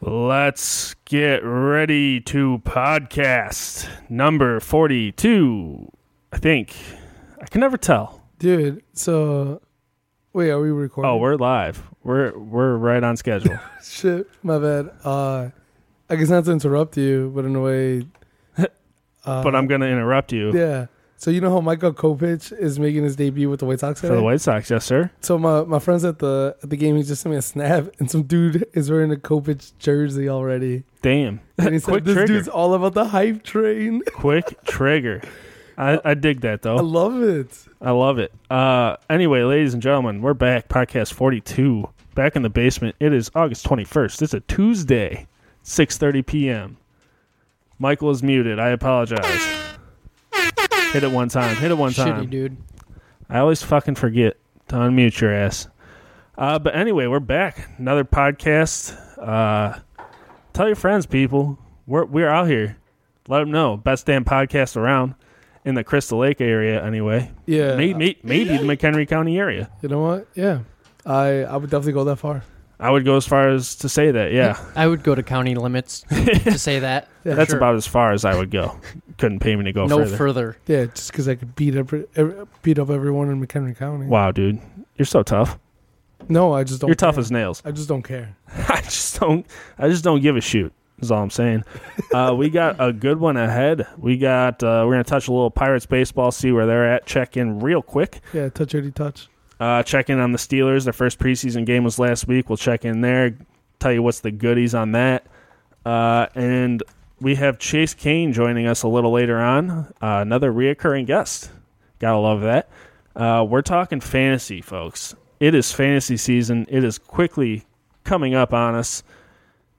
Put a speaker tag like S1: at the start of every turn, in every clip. S1: let's get ready to podcast number 42. I think. I can never tell.
S2: Dude, so wait, are we recording?
S1: Oh, we're live. We're we're right on schedule.
S2: Uh-huh. shit. My bad. Uh I guess not to interrupt you, but in a way uh,
S1: but I'm going to interrupt you
S2: Yeah. So you know how Michael Kopich is making his debut with the White Sox
S1: for
S2: today?
S1: the White Sox, yes sir.
S2: so my, my friends at the at the game he just sent me a snap and some dude is wearing a Kopich jersey already.
S1: Damn.
S2: And he said
S1: Quick
S2: this
S1: trigger.
S2: dude's all about the hype train.
S1: Quick trigger. I, I dig that though.
S2: I love it.
S1: I love it. Uh anyway, ladies and gentlemen, we're back podcast 42 back in the basement. It is August 21st. It's a Tuesday, 6:30 p.m. Michael is muted. I apologize. Hit it one time. Hit it one time.
S3: Shitty dude.
S1: I always fucking forget to unmute your ass. Uh, but anyway, we're back. Another podcast. Uh, tell your friends, people. We're we're out here. Let them know. Best damn podcast around in the Crystal Lake area, anyway.
S2: Yeah.
S1: May may- maybe the McHenry County area.
S2: You know what? Yeah. I I would definitely go that far.
S1: I would go as far as to say that. Yeah,
S3: I would go to county limits to say that.
S2: Yeah,
S1: that's
S3: Sure.
S1: about as far as I would go. Couldn't pay me to go
S3: no
S1: further.
S3: further.
S2: Yeah, just because I could beat up every- beat up everyone in McHenry County.
S1: wow, dude, you're so tough.
S2: No, I just don't.
S1: you're tough
S2: care.
S1: as nails.
S2: I just don't care.
S1: I just don't. I just don't give a shoot. Is all I'm saying. Uh, we got a good one ahead. We got. Uh, we're gonna touch a little Pirates baseball, see where they're at. Check in real quick.
S2: Yeah, touch already touch.
S1: Uh, check in on the Steelers. Their first preseason game was last week. We'll check in there. Tell you what's the goodies on that. Uh, and we have Chase Kane joining us a little later on. Uh, another reoccurring guest. Gotta love that. Uh, we're talking fantasy, folks. It is fantasy season. It is quickly coming up on us.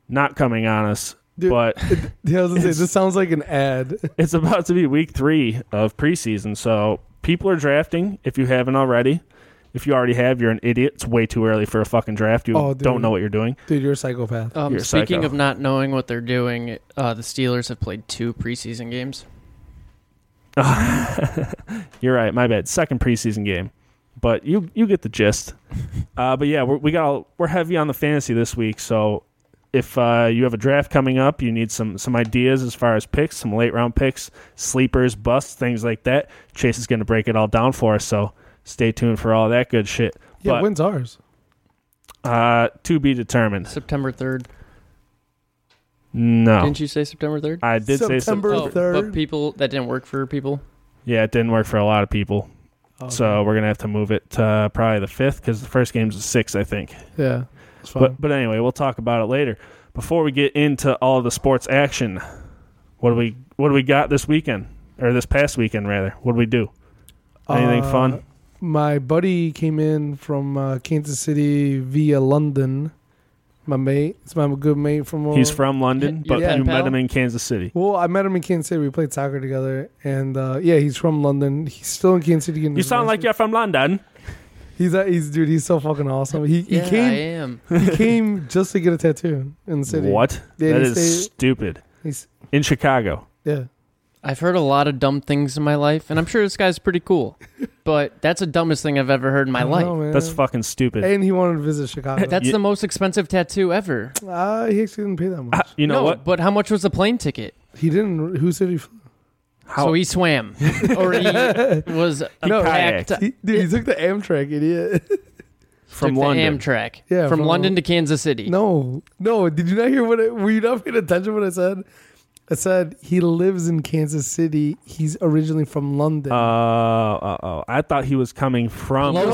S1: Not coming on us,
S2: Dude.
S1: but
S2: Yeah, I was gonna say
S1: It's-
S2: this sounds like an ad.
S1: it's about to be week three of preseason, so people are drafting if you haven't already. If you already have, you're an idiot. It's way too early for a fucking draft. You
S2: Oh, dude.
S1: don't know what you're doing.
S2: Dude, you're a psychopath.
S3: Um,
S1: You're a
S3: speaking
S1: psycho.
S3: of not knowing what they're doing, uh, the Steelers have played two preseason games.
S1: You're right. My bad. Second preseason game, but you you get the gist. Uh, but yeah, we're, we got we're heavy on the fantasy this week. So if uh, you have a draft coming up, you need some some ideas as far as picks, some late round picks, sleepers, busts, things like that. Chase is going to break it all down for us. So stay tuned for all that good shit.
S2: yeah,
S1: but-
S2: when's ours?
S1: Uh, to be determined.
S3: September third.
S1: No,
S3: Didn't you say September third?
S1: I did say
S2: September
S1: September.
S2: Oh. 3rd?
S3: But people that didn't work for people.
S1: Yeah, it didn't work for a lot of people,
S2: Oh,
S1: so we're gonna have to move it to uh, probably the fifth because the first game's the sixth, I think.
S2: yeah, it's fine.
S1: But but anyway, we'll talk about it later. Before we get into all the sports action, what do we what do we got this weekend or this past weekend rather? What do we do? Anything
S2: Uh,
S1: fun?
S2: My buddy came in from uh, Kansas City via London. My mate, it's my good mate from. uh,
S1: He's from London,
S3: your
S1: but
S2: pen
S1: you met
S3: pal?
S1: him in Kansas City.
S2: Well, I met him in Kansas City. We played soccer together, and uh, yeah, he's from London. He's still in Kansas City. getting
S1: You
S2: his
S1: sound like
S2: master's.
S1: you're from London.
S2: He's uh, he's dude. He's so fucking awesome. He he
S3: yeah, I
S2: came
S3: am.
S2: he came just to get a tattoo in the city.
S1: What?
S2: Yeah,
S1: that
S2: he
S1: is
S2: stayed-
S1: stupid.
S2: He's
S1: In Chicago.
S2: yeah.
S3: I've heard a lot of dumb things in my life, and I'm sure this guy's pretty cool. But that's the dumbest thing I've ever heard in my
S2: I don't
S3: life.
S2: know, man.
S1: That's fucking stupid.
S2: And he wanted to visit Chicago.
S3: That's
S1: You-
S3: the most expensive tattoo ever.
S2: uh, he actually didn't pay that much.
S1: Ah, you know
S3: no,
S1: what?
S3: but how much was the plane ticket?
S2: He didn't. Who said he? Flew?
S1: How
S3: So he swam, or he was
S1: No,
S3: attacked
S2: He, dude, he took the Amtrak, idiot.
S1: from
S3: took the
S1: London.
S3: Amtrak.
S2: Yeah,
S3: from,
S2: from-
S3: London to Kansas City.
S2: no, no. Did you not hear what? I, were you not paying attention to what I said? I said he lives in Kansas City. He's originally from London.
S1: Uh, uh oh! I thought he was coming from.
S3: Hello?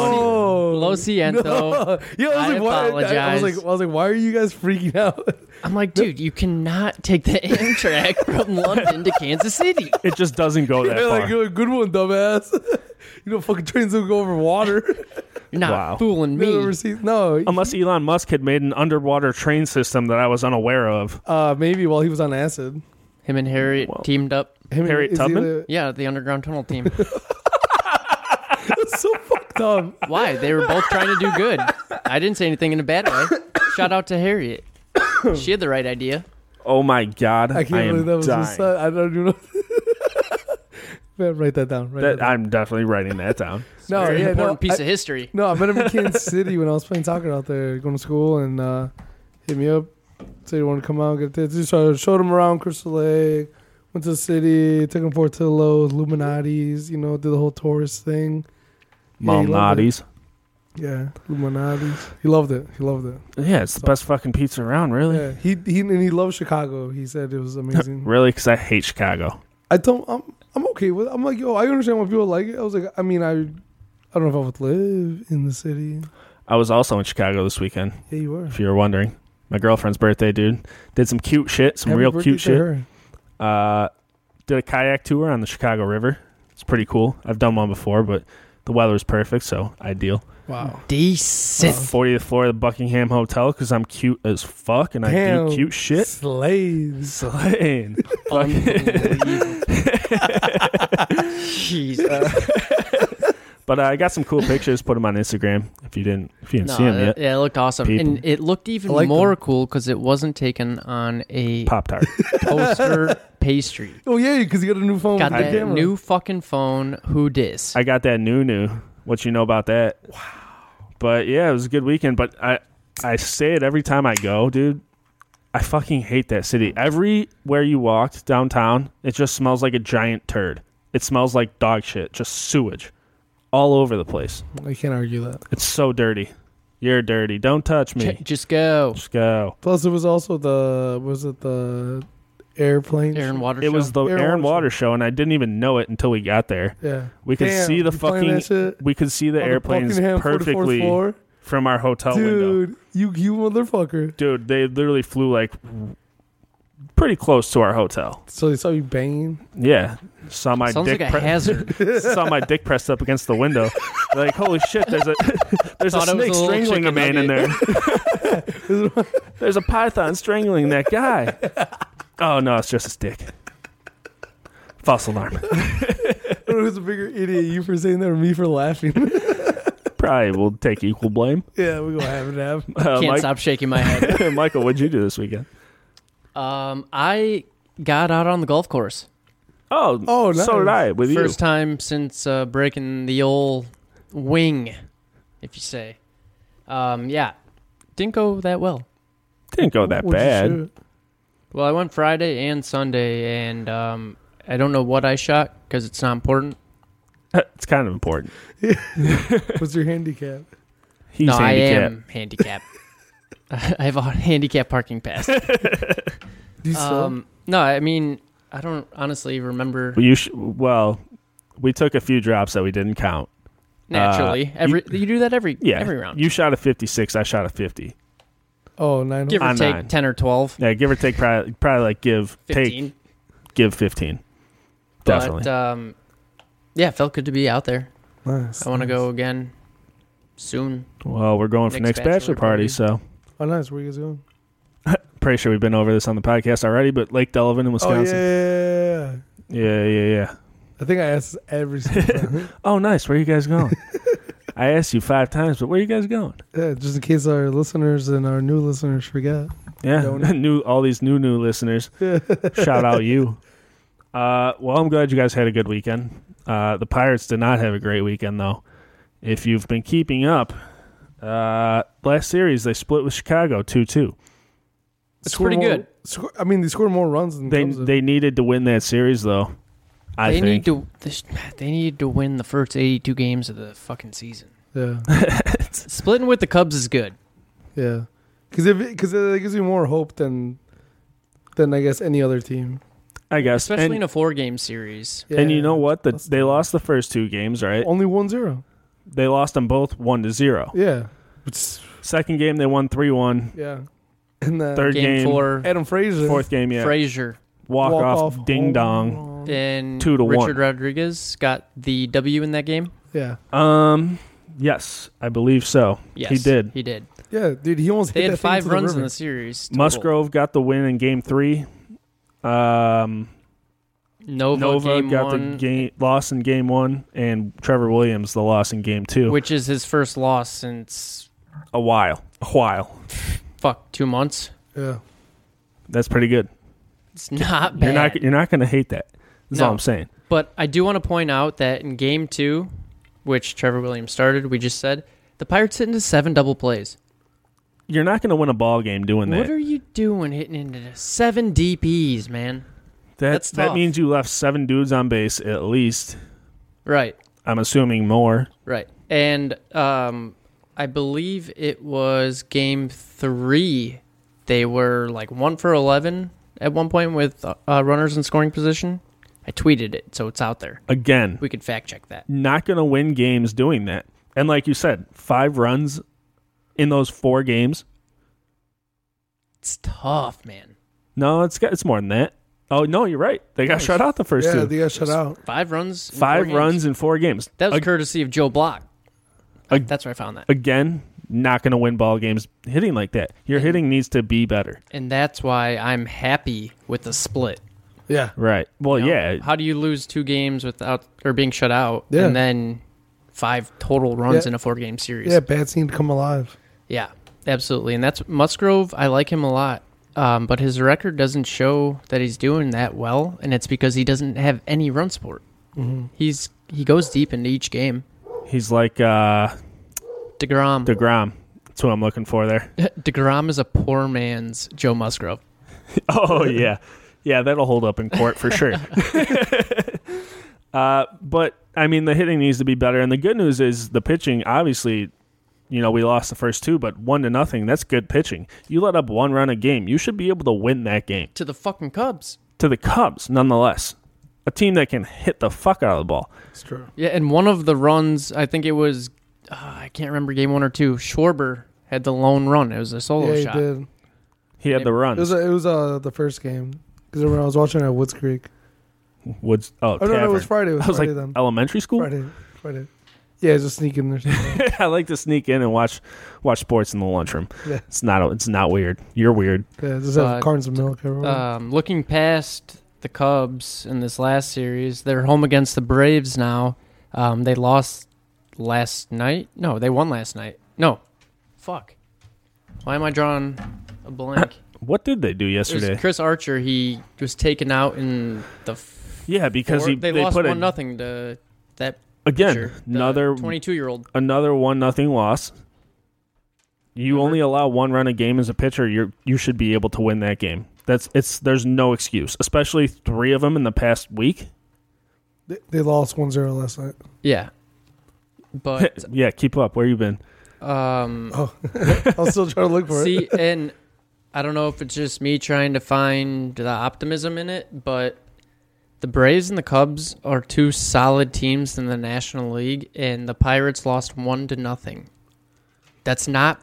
S1: London.
S2: no.
S3: Lo siento.
S2: No. Yeah, I was
S3: I
S2: like, why? I, I was
S3: apologize.
S2: like, I was like, why are you guys freaking out?
S3: I'm like, dude, you cannot take the Amtrak from London to Kansas City.
S1: It just doesn't go that
S2: Yeah, like,
S1: far.
S2: you're a good one, dumbass. you know, fucking trains don't go over water.
S3: You're not
S1: Wow.
S3: fooling
S2: You've
S3: me.
S2: never seen- no,
S1: Unless Elon Musk had made an underwater train system that I was unaware of.
S2: uh, maybe while he was on acid.
S3: Him and Harriet
S1: Well.
S3: teamed up.
S2: Him and- uh,
S1: Harriet
S2: is he
S1: Tubman?
S2: the-
S3: Yeah, the underground tunnel team.
S2: so fucked up.
S3: Why? They were both trying to do good. I didn't say anything in a bad way. Shout out to Harriet. She had the right idea.
S1: Oh my god!
S2: I can't
S1: am
S2: believe that was
S1: dying.
S2: just said. I don't even know. Man, write that down. Write that,
S1: That- I'm definitely writing that down.
S3: It's
S2: No,
S3: a very
S2: yeah, no,
S3: important piece
S2: I-
S3: of history.
S2: down. No, I met him in Kansas City when I was playing soccer out there, going to school, and uh, hit me up. So you want to come out and get tattoos. So I uh, showed him around Crystal Lake, went to the city, took him for Tillo's, Illuminati's, you know, did the whole tourist thing. Yeah, he loved it.
S1: Malnati's.
S2: Yeah, Illuminati's. He loved it. He loved it.
S1: Yeah, it's the best fucking pizza around, really.
S2: Yeah, he, he and he loved Chicago. He said it was amazing.
S1: Really, because I hate Chicago.
S2: I don't. I'm. I'm okay with. I'm like, yo. I understand why people like it. I was like, I mean, I. I don't know if I would live in the city.
S1: I was also in Chicago this weekend,
S2: Yeah, you were.
S1: if you were wondering. My girlfriend's birthday, dude. Did some cute shit, some real cute shit. Uh, did a kayak tour on the Chicago River. It's pretty cool. I've done one before, but the weather was perfect, so ideal.
S2: Wow.
S3: Decent.
S1: 40th floor of the Buckingham Hotel because I'm cute as fuck and I do
S2: Damn.
S1: cute shit.
S2: Slaves.
S1: Slaying.
S3: Unbelievable. Jesus.
S1: But uh, I got some cool pictures. Put them on Instagram. If you didn't, if you didn't
S3: No,
S1: see them yet,
S3: that- yeah, it looked awesome,
S1: People.
S3: and it looked even
S2: I like
S3: more
S2: them.
S3: cool because it wasn't taken on a
S1: Pop Tart.
S3: poster pastry.
S2: Oh yeah, because you got a new phone.
S3: Got
S2: with the
S3: that
S2: camera.
S3: new fucking phone. Who dis?
S1: I got that new new. What you know about that? Wow. But yeah, it was a good weekend. But I, I say it every time I go, dude. I fucking hate that city. Everywhere you walked downtown, it just smells like a giant turd. It smells like dog shit, just sewage, all over the place.
S2: I can't argue that.
S1: It's so dirty. You're dirty. Don't touch me.
S3: J- just go.
S1: Just go.
S2: Plus, it was also the was it the airplane?
S3: Aaron Water.
S1: It was
S3: Show.
S1: the
S2: Aaron
S1: Aaron
S2: Waters
S1: Water show, and I didn't even know it until we got there.
S2: Yeah.
S1: We could
S2: Damn,
S1: see the
S2: you playing
S1: fucking.
S2: that shit
S1: We could see the
S2: on
S1: airplanes
S2: Buckingham 44th
S1: perfectly
S2: floor?
S1: from our hotel window.
S2: Dude, you you motherfucker!
S1: Dude, they literally flew like pretty close to our hotel.
S2: So they saw you banging.
S1: Yeah, saw my
S3: Sounds
S1: dick.
S3: like a
S1: pre-
S3: hazard.
S1: saw my dick pressed up against the window. like, holy shit! There's a there's a
S3: Thought it was
S1: snake
S3: a little
S1: strangling a
S3: chicken
S1: man in there. there's a python strangling that guy. Oh no, it's just his dick. False alarm.
S2: I don't know who's a bigger idiot, you for saying that or me for laughing.
S1: Probably will take equal blame.
S2: yeah, we gonna have it have.
S1: Uh,
S3: Can't
S1: Mike-
S3: stop shaking my head.
S1: Michael, what'd you do this weekend?
S3: Um, I got out on the golf course
S1: Oh,
S2: Oh, nice.
S1: so did I with
S3: first time since uh, breaking the old wing, if you say. Um, yeah, didn't go that well.
S1: you. Didn't go that
S2: What'd you
S1: bad.
S2: shoot?
S3: Well, I went Friday and Sunday, and um, I don't know what I shot because it's not important.
S1: it's kind of important.
S2: What's your handicap?
S1: He's
S3: no, I
S1: handicapped.
S3: am handicapped. I have a handicap parking pass.
S2: Do you still?
S3: um, no, I mean I don't honestly remember
S1: Well, you sh- well, we took a few drops that we didn't count.
S3: naturally. every you, do that every
S1: uh, Yeah,
S3: every round.
S1: You shot a 56. I shot a 50.
S2: oh, nine.
S3: give
S2: holes.
S3: or
S1: I'm
S3: take
S1: nine.
S3: ten or twelve.
S1: Yeah, give or take. Probably, probably like give
S3: Fifteen.
S1: take give 15. Definitely.
S3: But um, yeah, felt good to be out there.
S2: Nice.
S3: I want to
S2: nice.
S3: go again soon.
S1: well, we're going for next
S3: next
S1: bachelor,
S3: bachelor
S1: party,
S3: party.
S1: so
S2: Oh, nice. Where you guys going?
S1: pretty sure we've been over this on the podcast already. But Lake Delavan in
S2: Oh yeah,
S1: Wisconsin.
S2: Oh, yeah, yeah, yeah.
S1: yeah, yeah, yeah.
S2: I think I asked this every single time.
S1: Oh, nice. Where you guys going? I asked you five times, but where you guys going?
S2: yeah, just in case our listeners and our new listeners forget.
S1: Yeah,
S2: Don't-
S1: new all these new new listeners. Shout out you. Uh, well, I'm glad you guys had a good weekend. Uh, the Pirates did not have a great weekend though. If you've been keeping up, uh, last series they split with Chicago two two.
S3: It's
S2: Scored
S3: pretty
S2: more-
S3: good.
S2: Score, I mean, they scored more runs than
S1: They
S2: Cubs did.
S1: they needed to win that series though. I
S3: they
S1: think
S3: need to this, they need to win the first eighty-two games of the fucking season.
S2: Yeah,
S3: Splitting with the Cubs is good.
S2: yeah. Because if because it, gives you more hope than than I guess any other team.
S1: I guess.
S3: Especially
S1: and,
S3: in a four game series.
S2: Yeah.
S1: and you know what? The,
S2: That's-
S1: they lost the first two games, right?
S2: Only one zero.
S1: They lost them both one to zero.
S2: Yeah, it's,
S1: Second game they won three one.
S2: yeah. And then
S1: Third
S3: Game,
S1: game,
S3: four,
S2: Adam Fraser
S1: fourth game, yeah.
S3: Frazier.
S1: walk, off,
S2: walk-off
S1: ding
S2: home
S1: dong.
S2: run.
S3: And
S1: Two to one.
S3: Richard Rodriguez got the W in that game.
S2: Yeah,
S1: Um, yes, I believe so.
S3: Yes.
S1: He did.
S3: He did.
S2: yeah, dude. He almost
S3: They
S2: hit
S3: had
S2: that thing
S3: five
S2: into the
S3: runs in
S2: river.
S3: the series. total.
S1: Musgrove got the win in game three. Um,
S3: Nova,
S1: Nova
S3: game
S1: got
S3: one,
S1: the game loss in game one, and Trevor Williams the loss in game two.
S3: which is his first loss since
S1: a while, a while.
S3: fuck two months.
S2: Yeah,
S1: That's pretty good.
S3: It's not bad.
S1: You're not you're not going to hate that. That's all
S3: No.
S1: I'm saying.
S3: But I do want to point out that in game two, which Trevor Williams started, we just said, the Pirates hit into seven double plays.
S1: you're not going to win a ball game doing
S3: What
S1: that.
S3: are you doing hitting into the seven DPs, man?
S1: that
S3: that's
S1: that
S3: tough.
S1: means you left seven dudes on base at least.
S3: Right,
S1: I'm assuming more.
S3: right. And um, I believe it was game three. They were like one for 11 at one point with uh, uh, runners in scoring position. I tweeted it, so it's out there.
S1: Again,
S3: We could fact check that.
S1: not going to win games doing that. And like you said, five runs in those four games.
S3: It's tough, man.
S1: No, it's got, it's more than that. Oh no, you're right. They got
S2: Nice.
S1: shut out the first
S2: yeah,
S1: two.
S2: they got shut out.
S3: Five runs. in
S1: five
S3: four games.
S1: runs in four games.
S3: That was
S1: Ag-
S3: courtesy of Joe Block.
S1: A-
S3: That's where I found that.
S1: again, not going to win ball games hitting like that. Your hitting needs to be better.
S3: And that's why I'm happy with the split.
S2: Yeah,
S1: Right. Well,
S3: you know?
S1: yeah.
S3: How do you lose two games without or being shut out
S2: Yeah.
S3: and then five total runs
S2: Yeah.
S3: in a four game series?
S2: yeah. Bats need to come alive.
S3: Yeah, absolutely. And that's Musgrove. I like him a lot. Um, but his record doesn't show that he's doing that well, and it's because he doesn't have any run support.
S2: Mm-hmm.
S3: He's he goes deep into each game.
S1: He's like uh
S3: Degrom,
S1: DeGrom. That's what I'm looking for there.
S3: Degrom is a poor man's Joe Musgrove.
S1: oh yeah. Yeah, that'll hold up in court for sure. uh but I mean the hitting needs to be better and the good news is the pitching obviously you know, we lost the first two, but one to nothing. That's good pitching. You let up one run a game. You should be able to win that game.
S3: To the fucking Cubs.
S1: To the Cubs, nonetheless. A team that can hit the fuck out of the ball.
S2: That's true.
S3: Yeah, and one of the runs, I think it was, uh, I can't remember game one or two. Schwarber had the lone run. It was a solo
S2: Yeah, he
S3: shot.
S2: did.
S1: He had the
S2: It
S1: runs.
S2: was it was uh, the first game because remember I was watching it at Woods Creek.
S1: Woods. Oh,
S2: Oh no, no, it was
S1: Tavern.
S2: Friday. It was,
S1: I was
S2: Friday
S1: like
S2: then.
S1: elementary school.
S2: Friday, Friday. Yeah, just sneaking there.
S1: I like to sneak in and watch watch sports in the lunchroom.
S2: Yeah.
S1: It's not it's not weird. You're weird.
S2: Yeah, just
S3: Uh,
S2: have cartons of milk
S1: Hmm.
S2: everywhere.
S3: Um, looking past the Cubs in this last series, they're home against the Braves now. Um, they lost last night. No, they won last night. No, fuck. Why am I drawing a blank?
S1: What did they do
S3: It was
S1: yesterday?
S3: Chris Archer. He was taken out in the. F-
S1: Yeah, because
S3: four-
S1: he,
S3: they,
S1: they,
S3: lost
S1: put
S3: one
S1: in,
S3: nothing to that.
S1: again
S3: pitcher, the
S1: another
S3: twenty-two year old.
S1: another one nothing loss. You
S3: Remember?
S1: only allow one run a game as a pitcher. You you should be able to win that game. That's it's there's no excuse, especially three of them in the past week.
S2: they, they lost 1-0 last night.
S3: Yeah, but
S1: yeah, keep up. Where you been?
S3: um,
S2: I'll still try to look for it.
S3: See, and I don't know if it's just me trying to find the optimism in it, but the Braves and the Cubs are two solid teams in the National League, and the Pirates lost one to nothing. That's not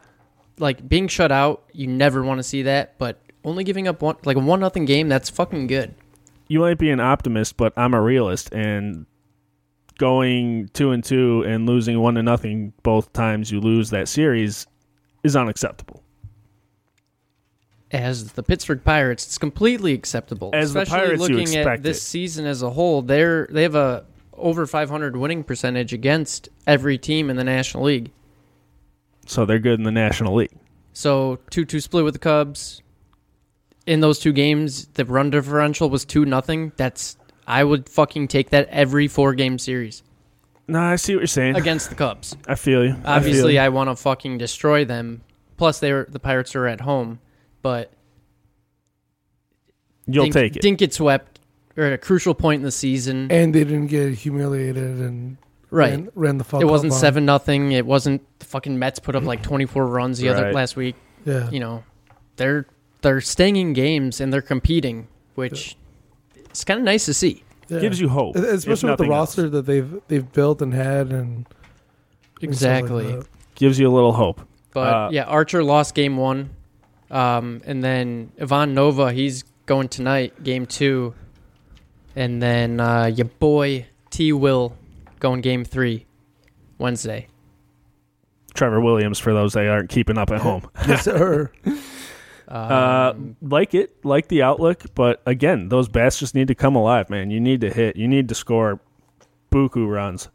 S3: like being shut out. You never want to see that, but only giving up one like a one nothing game. That's fucking good.
S1: you might be an optimist, but I'm a realist, and going two and two and losing one to nothing both times you lose that series is unacceptable.
S3: As the Pittsburgh Pirates, it's completely acceptable.
S1: As the
S3: Especially
S1: Pirates, you
S3: looking
S1: expect
S3: at this
S1: it.
S3: season as a whole, they're they have a over 500 winning percentage against every team in the National League.
S1: So they're good in the National League.
S3: So two two split with the Cubs. In those two games, the run differential was two nothing. That's I would fucking take that every four game series
S1: No, I see what you're saying.
S3: against the Cubs.
S1: I feel you. I, feel
S3: Obviously,
S1: you.
S3: I, want to fucking destroy them. Plus, they were, the Pirates are at home, but
S1: you'll
S3: Dink,
S1: take it.
S3: Dink get swept or at a crucial point in the season.
S2: And they didn't get humiliated and
S3: right,
S2: ran, ran the fuck.
S3: it wasn't
S2: up on
S3: seven nothing. It wasn't the fucking Mets put up like twenty four runs the other
S1: Right.
S3: last week.
S2: Yeah,
S3: you know, they're they're staying in games and they're competing, which it's kind of nice to see.
S2: yeah.
S1: Gives you hope,
S2: E-
S1: if
S2: especially with the
S1: nothing
S2: roster
S1: else.
S2: that they've they've built and had and and stuff like
S3: Exactly.
S2: that.
S1: Gives you a little hope.
S3: But
S1: Uh,
S3: yeah, Archer lost game one, um, and then Ivan Nova he's going tonight, game two, and then uh, your boy T Will going game three, Wednesday.
S1: Trevor Williams, for those that aren't keeping up at home,
S2: yes, sir.
S3: Um,
S1: uh, like it, like the outlook. But again, those bats just need to come alive, man. You need to hit. You need to score. Buku runs,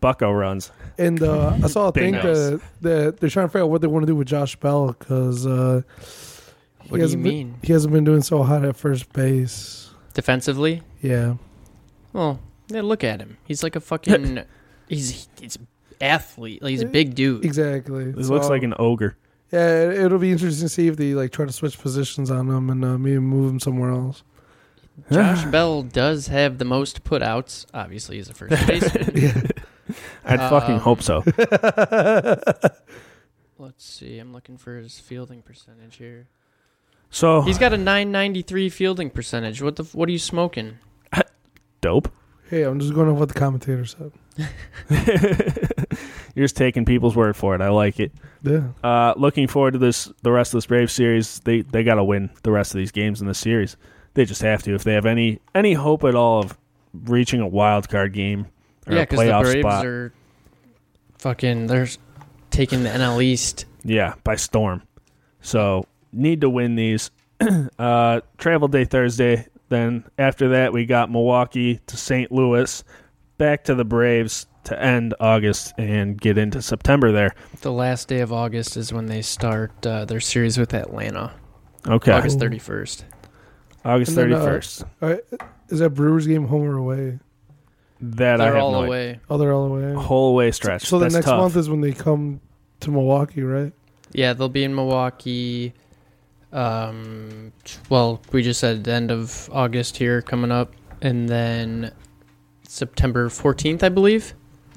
S1: Bucko runs.
S2: And uh, I saw a thing
S1: Bengals.
S2: that, that they're trying to figure out what they want to do with Josh Bell because uh, he
S3: what do you
S2: hasn't been-
S3: mean
S2: he hasn't been doing so hot at first base.
S3: defensively?
S2: Yeah,
S3: Well, yeah, look at him. He's like a fucking. he's he's athlete. Like, he's a big dude.
S2: exactly.
S1: This looks
S2: So-
S1: like an ogre.
S2: Yeah, it- it'll be interesting to see if they like try to switch positions on him and uh, maybe move him somewhere else.
S3: Josh Bell does have the most putouts. Obviously, he's a first baseman.
S1: I'd
S2: Uh,
S1: fucking
S3: Um,
S1: hope so.
S3: Let's see. I'm looking for his fielding percentage here.
S1: So
S3: He's got a 993 fielding percentage. What the? f- What are you smoking?
S1: dope.
S2: Hey, I'm just going off what the commentator said.
S1: You're just taking people's word for it. I like it.
S2: Yeah,
S1: Uh, looking forward to this. The rest of this Brave series, they they got to win the rest of these games in this series. They just have to if they have any any hope at all of reaching a wild card game or
S3: yeah,
S1: a
S3: because the
S1: playoff
S3: Braves
S1: spot.
S3: are fucking. They're s- taking the NL East.
S1: yeah, by storm. So need to win these. uh, travel day Thursday. Then after that, we got Milwaukee to St. Louis, back to the Braves to end August and get into September there.
S3: The last day of August is when they start uh, their series with Atlanta.
S1: Okay, August,
S3: August 31st.
S2: And then,
S1: thirty
S2: uh,
S1: first.
S2: is that Brewers game home or away?
S1: that I
S3: they're
S1: have
S3: all
S1: no idea.
S3: away.
S2: Oh, they're all away.
S1: Whole way stretch.
S2: So the
S1: That's
S2: next
S1: tough.
S2: month is when they come to Milwaukee, right?
S3: Yeah, they'll be in Milwaukee. Um, well, we just said the end of August here coming up, and then September 14th, I believe.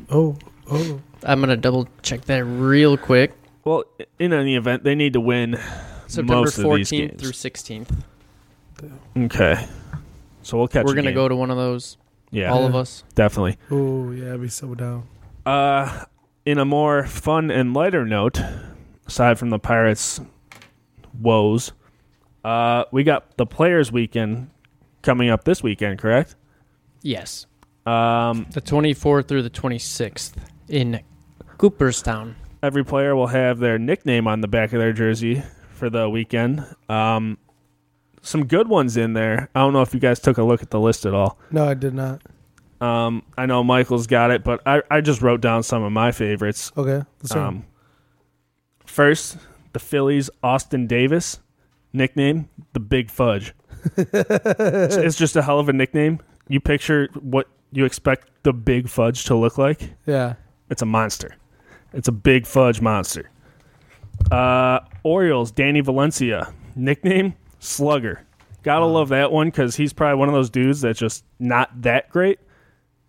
S2: Oh, oh,
S3: I'm gonna double check that real quick.
S1: Well, in any event, they need to win.
S3: September
S1: Most of these
S3: 14th
S1: games.
S3: through 16th.
S1: Okay, so we'll catch.
S3: We're
S1: a
S3: gonna
S1: game.
S3: go to one of those.
S1: Yeah,
S3: All of us.
S1: definitely.
S2: oh, yeah, I'd be so down.
S1: Uh, in a more fun and lighter note, aside from the Pirates' woes, uh, we got the Players' Weekend coming up this weekend, correct?
S3: Yes,
S1: Um,
S3: the 24th through the 26th in Cooperstown.
S1: every player will have their nickname on the back of their jersey for the weekend. Um, some good ones in there. I don't know if you guys took a look at the list at all.
S2: No, I did not.
S1: Um, I know Michael's got it, but I, I just wrote down some of my favorites.
S2: Okay, that's all.
S1: Um, first, the Phillies' Austin Davis nickname, the Big Fudge. it's, it's just a hell of a nickname. You picture what you expect the Big Fudge to look like.
S2: yeah.
S1: It's a monster. It's a Big Fudge monster. Uh, Orioles' Danny Valencia nickname, Slugger. Gotta love that one because he's probably one of those dudes that's just not that great.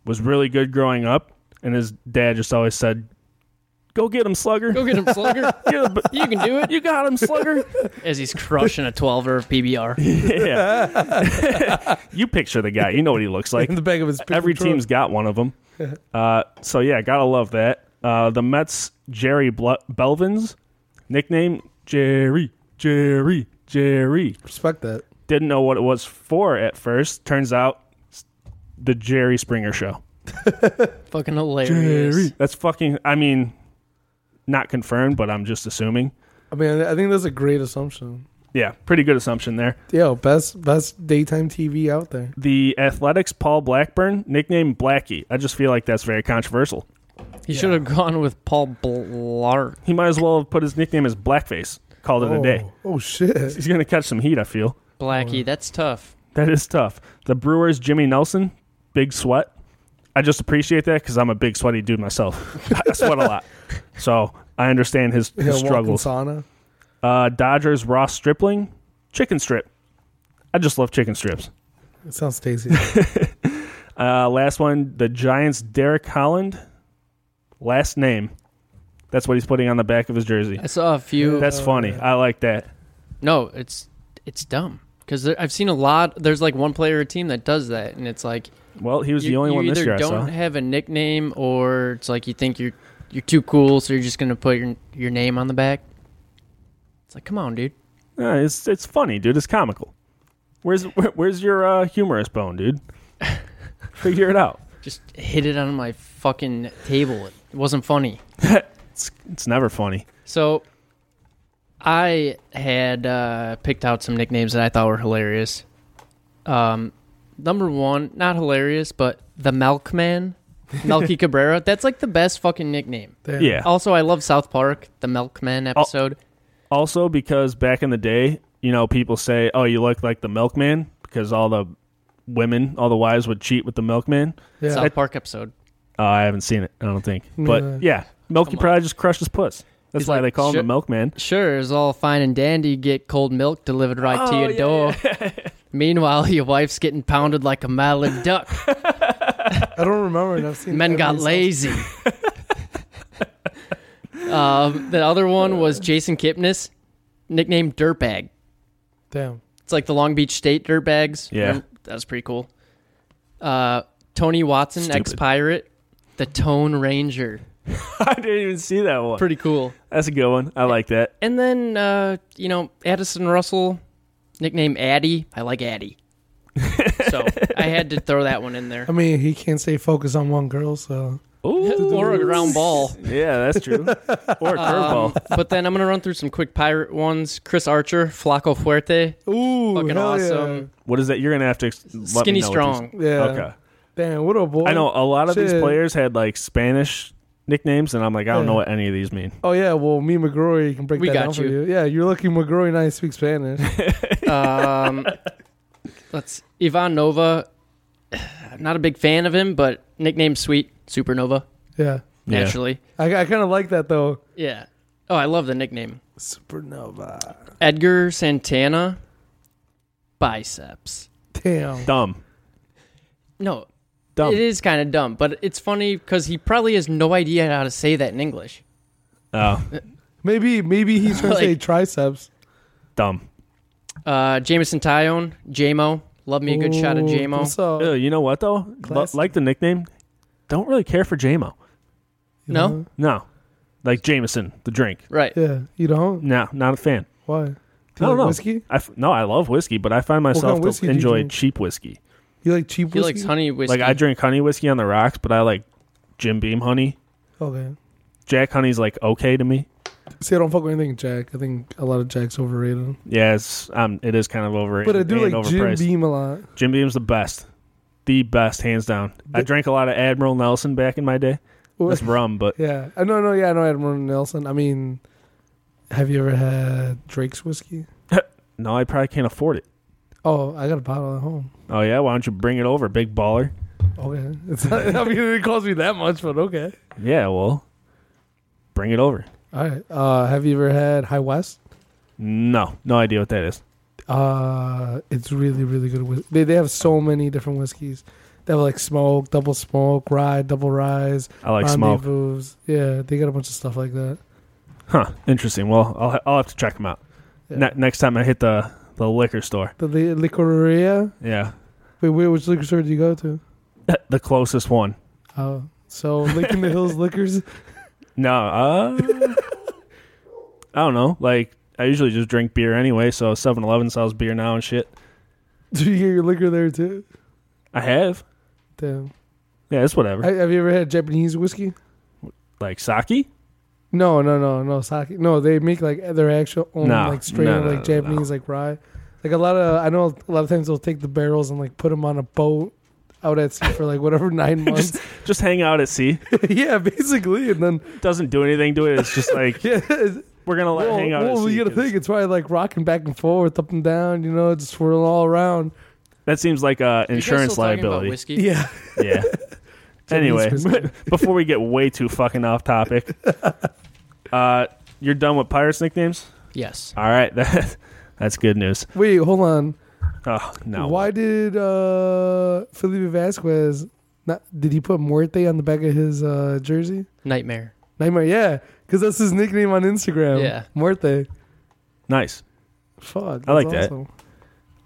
S1: Was really good growing up, and his dad just always said, "Go get him, Slugger."
S3: Go get him, Slugger.
S1: Yeah, but
S3: you can do it.
S1: you got him, Slugger.
S3: As he's crushing a 12er of PBR.
S1: yeah. you picture the guy. You know what he looks like.
S2: In the back of his pickup
S1: Every
S2: truck.
S1: team's got one of them. Uh, so yeah, gotta love that. Uh, the Mets, Jerry Bl- Belvins, nickname Jerry, Jerry, Jerry.
S2: respect that.
S1: Didn't know what it was for at first. Turns out, it's the Jerry Springer Show.
S3: Fucking hilarious.
S1: That's fucking. I mean, not confirmed, but I'm just assuming.
S2: I mean, I think that's a great assumption.
S1: Yeah, pretty good assumption there.
S2: Yo, best best daytime TV out there.
S1: The Athletics Paul Blackburn, nickname Blackie. I just feel like that's very controversial.
S3: He should have gone with Paul Blart.
S1: He might as well have put his nickname as Blackface, called it a day.
S2: oh shit!
S1: He's going to catch some heat, I feel.
S3: Blackie, that's tough.
S1: That is tough. The Brewers, Jimmy Nelson, big sweat. I just appreciate that because I'm a big sweaty dude myself. I sweat a lot. So I understand his,
S2: Yeah,
S1: his
S2: walking
S1: struggles.
S2: sauna.
S1: Uh, Dodgers, Ross Stripling, chicken strip. I just love chicken strips.
S2: It sounds tasty.
S1: Uh, last one, the Giants, Derek Holland, last name. That's what he's putting on the back of his jersey.
S3: I saw a few.
S1: That's funny. I like that.
S3: no, it's it's dumb because I've seen a lot. There's like one player or team that does that, and it's like
S1: Well, he was
S3: you,
S1: the only
S3: you
S1: one
S3: either
S1: this year I saw.
S3: don't have a nickname, or it's like you think you're you're too cool, so you're just gonna put your your name on the back. It's like, come on, dude.
S1: Yeah, it's it's funny, dude. It's comical. Where's where, where's your uh, humorous bone, dude? Figure it out.
S3: Just hit it on my fucking table. It, it wasn't funny.
S1: It's it's never funny.
S3: So I had uh, picked out some nicknames that I thought were hilarious. Um, number one, not hilarious, but the Milkman, Melky Cabrera. That's like the best fucking nickname.
S2: Damn.
S1: Yeah.
S3: Also, I love South Park, the Milkman episode.
S1: Also, because back in the day, you know, people say, "Oh, you look like the milkman," because all the women, all the wives, would cheat with the milkman.
S2: Yeah.
S3: South Park episode.
S1: Uh, I haven't seen it. I don't think. But
S2: Yeah.
S1: yeah, Milky
S3: Come on.
S1: probably just crushed his puss. That's
S3: He's
S1: why
S3: like,
S1: they call him
S3: "Shit."
S1: the milkman.
S3: Sure, it's all fine and dandy. You get cold milk delivered right to your door. Meanwhile, your wife's getting pounded like a mallet duck.
S2: I don't remember. And I've seen
S3: Men
S2: every
S3: got
S2: song.
S3: lazy. um, the other one was Jason Kipnis, nicknamed Dirtbag.
S2: Damn.
S3: It's like the Long Beach State Dirtbags.
S1: Yeah.
S3: Remember- that was pretty cool. Uh, Tony Watson,
S1: Stupid.
S3: ex pirate, the Tone Ranger.
S1: I didn't even see that one.
S3: Pretty cool.
S1: That's a good one. I like that.
S3: And then, uh, you know, Addison Russell, nicknamed Addy. I like Addy. so I had to throw that one in there.
S2: I mean, he can't stay focused on one girl, so
S1: Ooh.
S3: or a ground ball. Um,
S1: Yeah, that's true. Or a curveball.
S3: But then I'm going to run through some quick pirate ones. Chris Archer, Flaco Fuerte,
S2: ooh,
S3: Fucking
S2: hell
S3: awesome.
S1: what is that? You're gonna have to ex- let me
S3: Skinny
S1: know what
S3: Strong.
S2: Yeah. yeah.
S1: these- Okay.
S2: Damn, what a boy.
S1: I know a lot of these
S2: Shit.
S1: players had like Spanish nicknames, and I'm like, I don't know
S2: Yeah.
S1: what any of these mean.
S2: Oh yeah, well, me McGrory can break
S3: We
S2: that
S3: got
S2: down for
S3: you.
S2: you. Yeah, you're lucky McGrory and I speak Spanish.
S3: um, let's Ivan Nova. Not a big fan of him, but nicknamed Sweet Supernova
S2: yeah,
S1: Yeah.
S3: naturally.
S2: I, I kind of like that though.
S3: Yeah. Oh, I love the nickname.
S2: Supernova.
S3: Edgar Santana, biceps.
S2: Damn.
S1: Dumb.
S3: No,
S1: Dumb.
S3: it is kind of dumb, but it's funny because he probably has no idea how to say that in English.
S1: Oh,
S2: Maybe maybe he's trying to say
S3: Like-
S2: triceps.
S1: dumb.
S3: Uh, Jameson Tyone, JMO. Love me a good shot of
S1: Oh.
S2: Ooh,
S3: JMO.
S2: what's up?
S1: Ew, you know what though? Lo-
S2: Oh. Classic.
S1: like the nickname. Don't really care for JMO.
S2: You
S3: No?
S2: don't?
S1: No, like Jameson, the drink.
S3: Right.
S2: Yeah, you don't.
S1: No, not a fan.
S2: Why? Do you
S1: I don't
S2: like
S1: know.
S2: Whiskey?
S1: I f- no, I love whiskey, but I find
S2: kind of
S1: myself
S2: whiskey
S1: to
S2: do you
S1: enjoy
S2: drink?
S1: cheap whiskey.
S2: You like cheap
S3: He
S2: whiskey?
S3: likes honey whiskey.
S1: Like I drink honey whiskey on the rocks, but I like Jim Beam honey.
S2: Okay.
S1: Jack honey's like okay to me.
S2: See, I don't fuck with anything Jack. I think a lot of Jack's overrated.
S1: Yeah, it's um, it is kind of overrated.
S2: But I do
S1: and
S2: like Jim
S1: overpriced.
S2: Beam a lot.
S1: Jim Beam's the best. The best, hands down. I
S2: The-
S1: drank a lot of Admiral Nelson back in my day. That's rum, but
S2: yeah. I no, no, yeah, I know Admiral Nelson. I mean, have you ever had Drake's whiskey?
S1: no, I probably can't afford it.
S2: Oh, I got a bottle at home.
S1: Oh yeah, why don't you bring it over, big baller?
S2: Okay. It's not, I mean, it cost me that much, but okay.
S1: Yeah, well, bring it over.
S2: All right. Uh, have you ever had High West?
S1: No, no idea what that is.
S2: Uh, it's really, really good. Whis- they, they have so many different whiskeys. They have like smoke, double smoke, rye, double rise,
S1: I like smoke.
S2: rendezvous. Yeah, they got a bunch of stuff like that.
S1: Huh? Interesting. Well, I'll ha- I'll have to check them out
S2: Yeah.
S1: ne- next time I hit the the liquor store.
S2: The li- licoria.
S1: Yeah,
S2: Wait, wait, which liquor store do you go to?
S1: the closest one.
S2: Oh, so Lake in the Hills Liquors.
S1: No, uh, I don't know. Like I usually just drink beer anyway, so 7-Eleven sells beer now and shit.
S2: Do you get your liquor there too?
S1: I have.
S2: Damn.
S1: Yeah, it's whatever.
S2: I, have you ever had Japanese whiskey?
S1: like sake.
S2: No, no, no, no sake. No, they make like their actual own
S1: No,
S2: like strain
S1: no,
S2: of
S1: no,
S2: like
S1: no,
S2: Japanese like rye. Like a lot of I know a lot of times they'll take the barrels and like put them on a boat out at sea for like whatever nine months.
S1: Just just hang out at sea.
S2: yeah, basically, and then
S1: Doesn't do anything to it. It's just like
S2: yeah.
S1: we're gonna let
S2: well,
S1: hang out at
S2: well
S1: sea.
S2: you gotta
S1: 'cause
S2: think it's probably like rocking back and forth, up and down. You know, just swirling all around.
S1: That seems like uh,
S3: You guys still
S1: insurance
S3: talking about
S1: liability.
S3: whiskey?
S2: Yeah.
S1: Yeah. anyway,
S2: Japanese whiskey.
S1: before we get way too fucking off topic, uh, you're done with pirates nicknames.
S3: Yes.
S1: All right, that that's good news.
S2: Wait, hold on.
S1: Oh no,
S2: Why did uh Felipe Vasquez not did he put Muerte on the back of his uh jersey?
S3: Nightmare.
S2: Nightmare, yeah, because that's his nickname on Instagram.
S3: Yeah.
S2: Muerte.
S1: Nice.
S2: Fuck,
S1: I like
S2: that's
S1: that.
S2: awesome.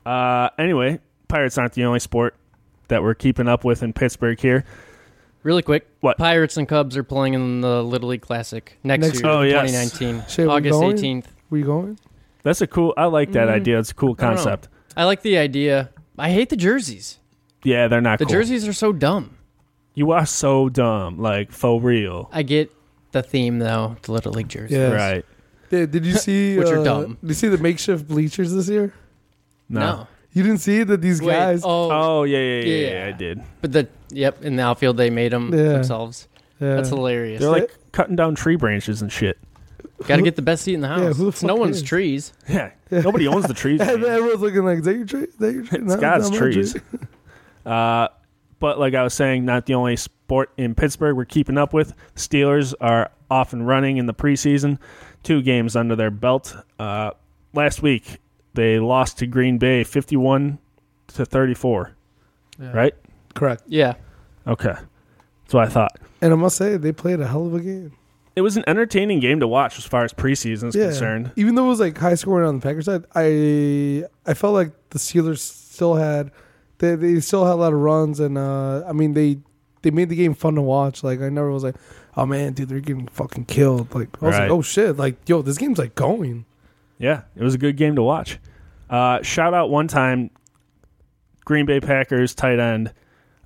S1: Uh, anyway, pirates aren't the only sport that we're keeping up with in Pittsburgh here.
S3: Really quick.
S1: What?
S3: Pirates and Cubs are playing in the Little League Classic next,
S2: Next
S3: year,
S1: year. Oh, yes.
S3: 2019,
S2: Shit, we're
S3: August
S2: going?
S3: 18th.
S2: Were you going?
S1: That's a cool. I like that
S3: Mm.
S1: idea. It's a cool
S3: I don't know.
S1: concept.
S3: I like the idea. I hate the jerseys.
S1: Yeah, they're not
S3: The
S1: cool.
S3: jerseys are so dumb.
S1: You are so dumb. Like for real.
S3: I get the theme though, the Little League jerseys.
S2: Yeah. Yes.
S1: Right.
S2: Did, did you see
S3: Which are
S2: uh,
S3: dumb.
S2: Did you see the makeshift bleachers this year?
S1: No.
S2: You didn't see that these
S3: Wait,
S2: guys
S3: oh,
S1: Oh yeah yeah, yeah, yeah,
S3: Yeah.
S1: I did.
S3: but the yep in the outfield they made them
S2: Yeah.
S3: themselves.
S2: yeah.
S3: That's hilarious.
S1: They're like cutting down tree branches and shit.
S3: Got to get the best seat in the house.
S2: Yeah, who the
S3: it's no
S2: fuck
S3: one's
S2: cares?
S3: trees.
S1: Yeah. Nobody owns the trees.
S2: and
S1: man.
S2: everyone's looking like, is that your tree? Is that your tree?
S1: It's
S2: No,
S1: God's
S2: not my tree."
S1: trees. Uh, but like I was saying, not the only sport in Pittsburgh we're keeping up with. Steelers are off and running in the preseason, two games under their belt. Uh, last week they lost to Green Bay, fifty-one to thirty-four.
S2: Yeah.
S1: Right?
S2: Correct.
S3: Yeah.
S1: Okay, that's what I thought.
S2: And I must say, they played a hell of a game.
S1: It was an entertaining game to watch as far as preseason is
S2: Yeah.
S1: concerned.
S2: Even though it was like high scoring on the Packers side, I I felt like the Steelers still had they, they still had a lot of runs, and uh, I mean they they made the game fun to watch. Like I never was like, oh man, dude, they're getting fucking killed. Like I was
S1: Right.
S2: like, oh shit, like yo, this game's like going.
S1: Yeah, it was a good game to watch. Uh, shout out one time, Green Bay Packers tight end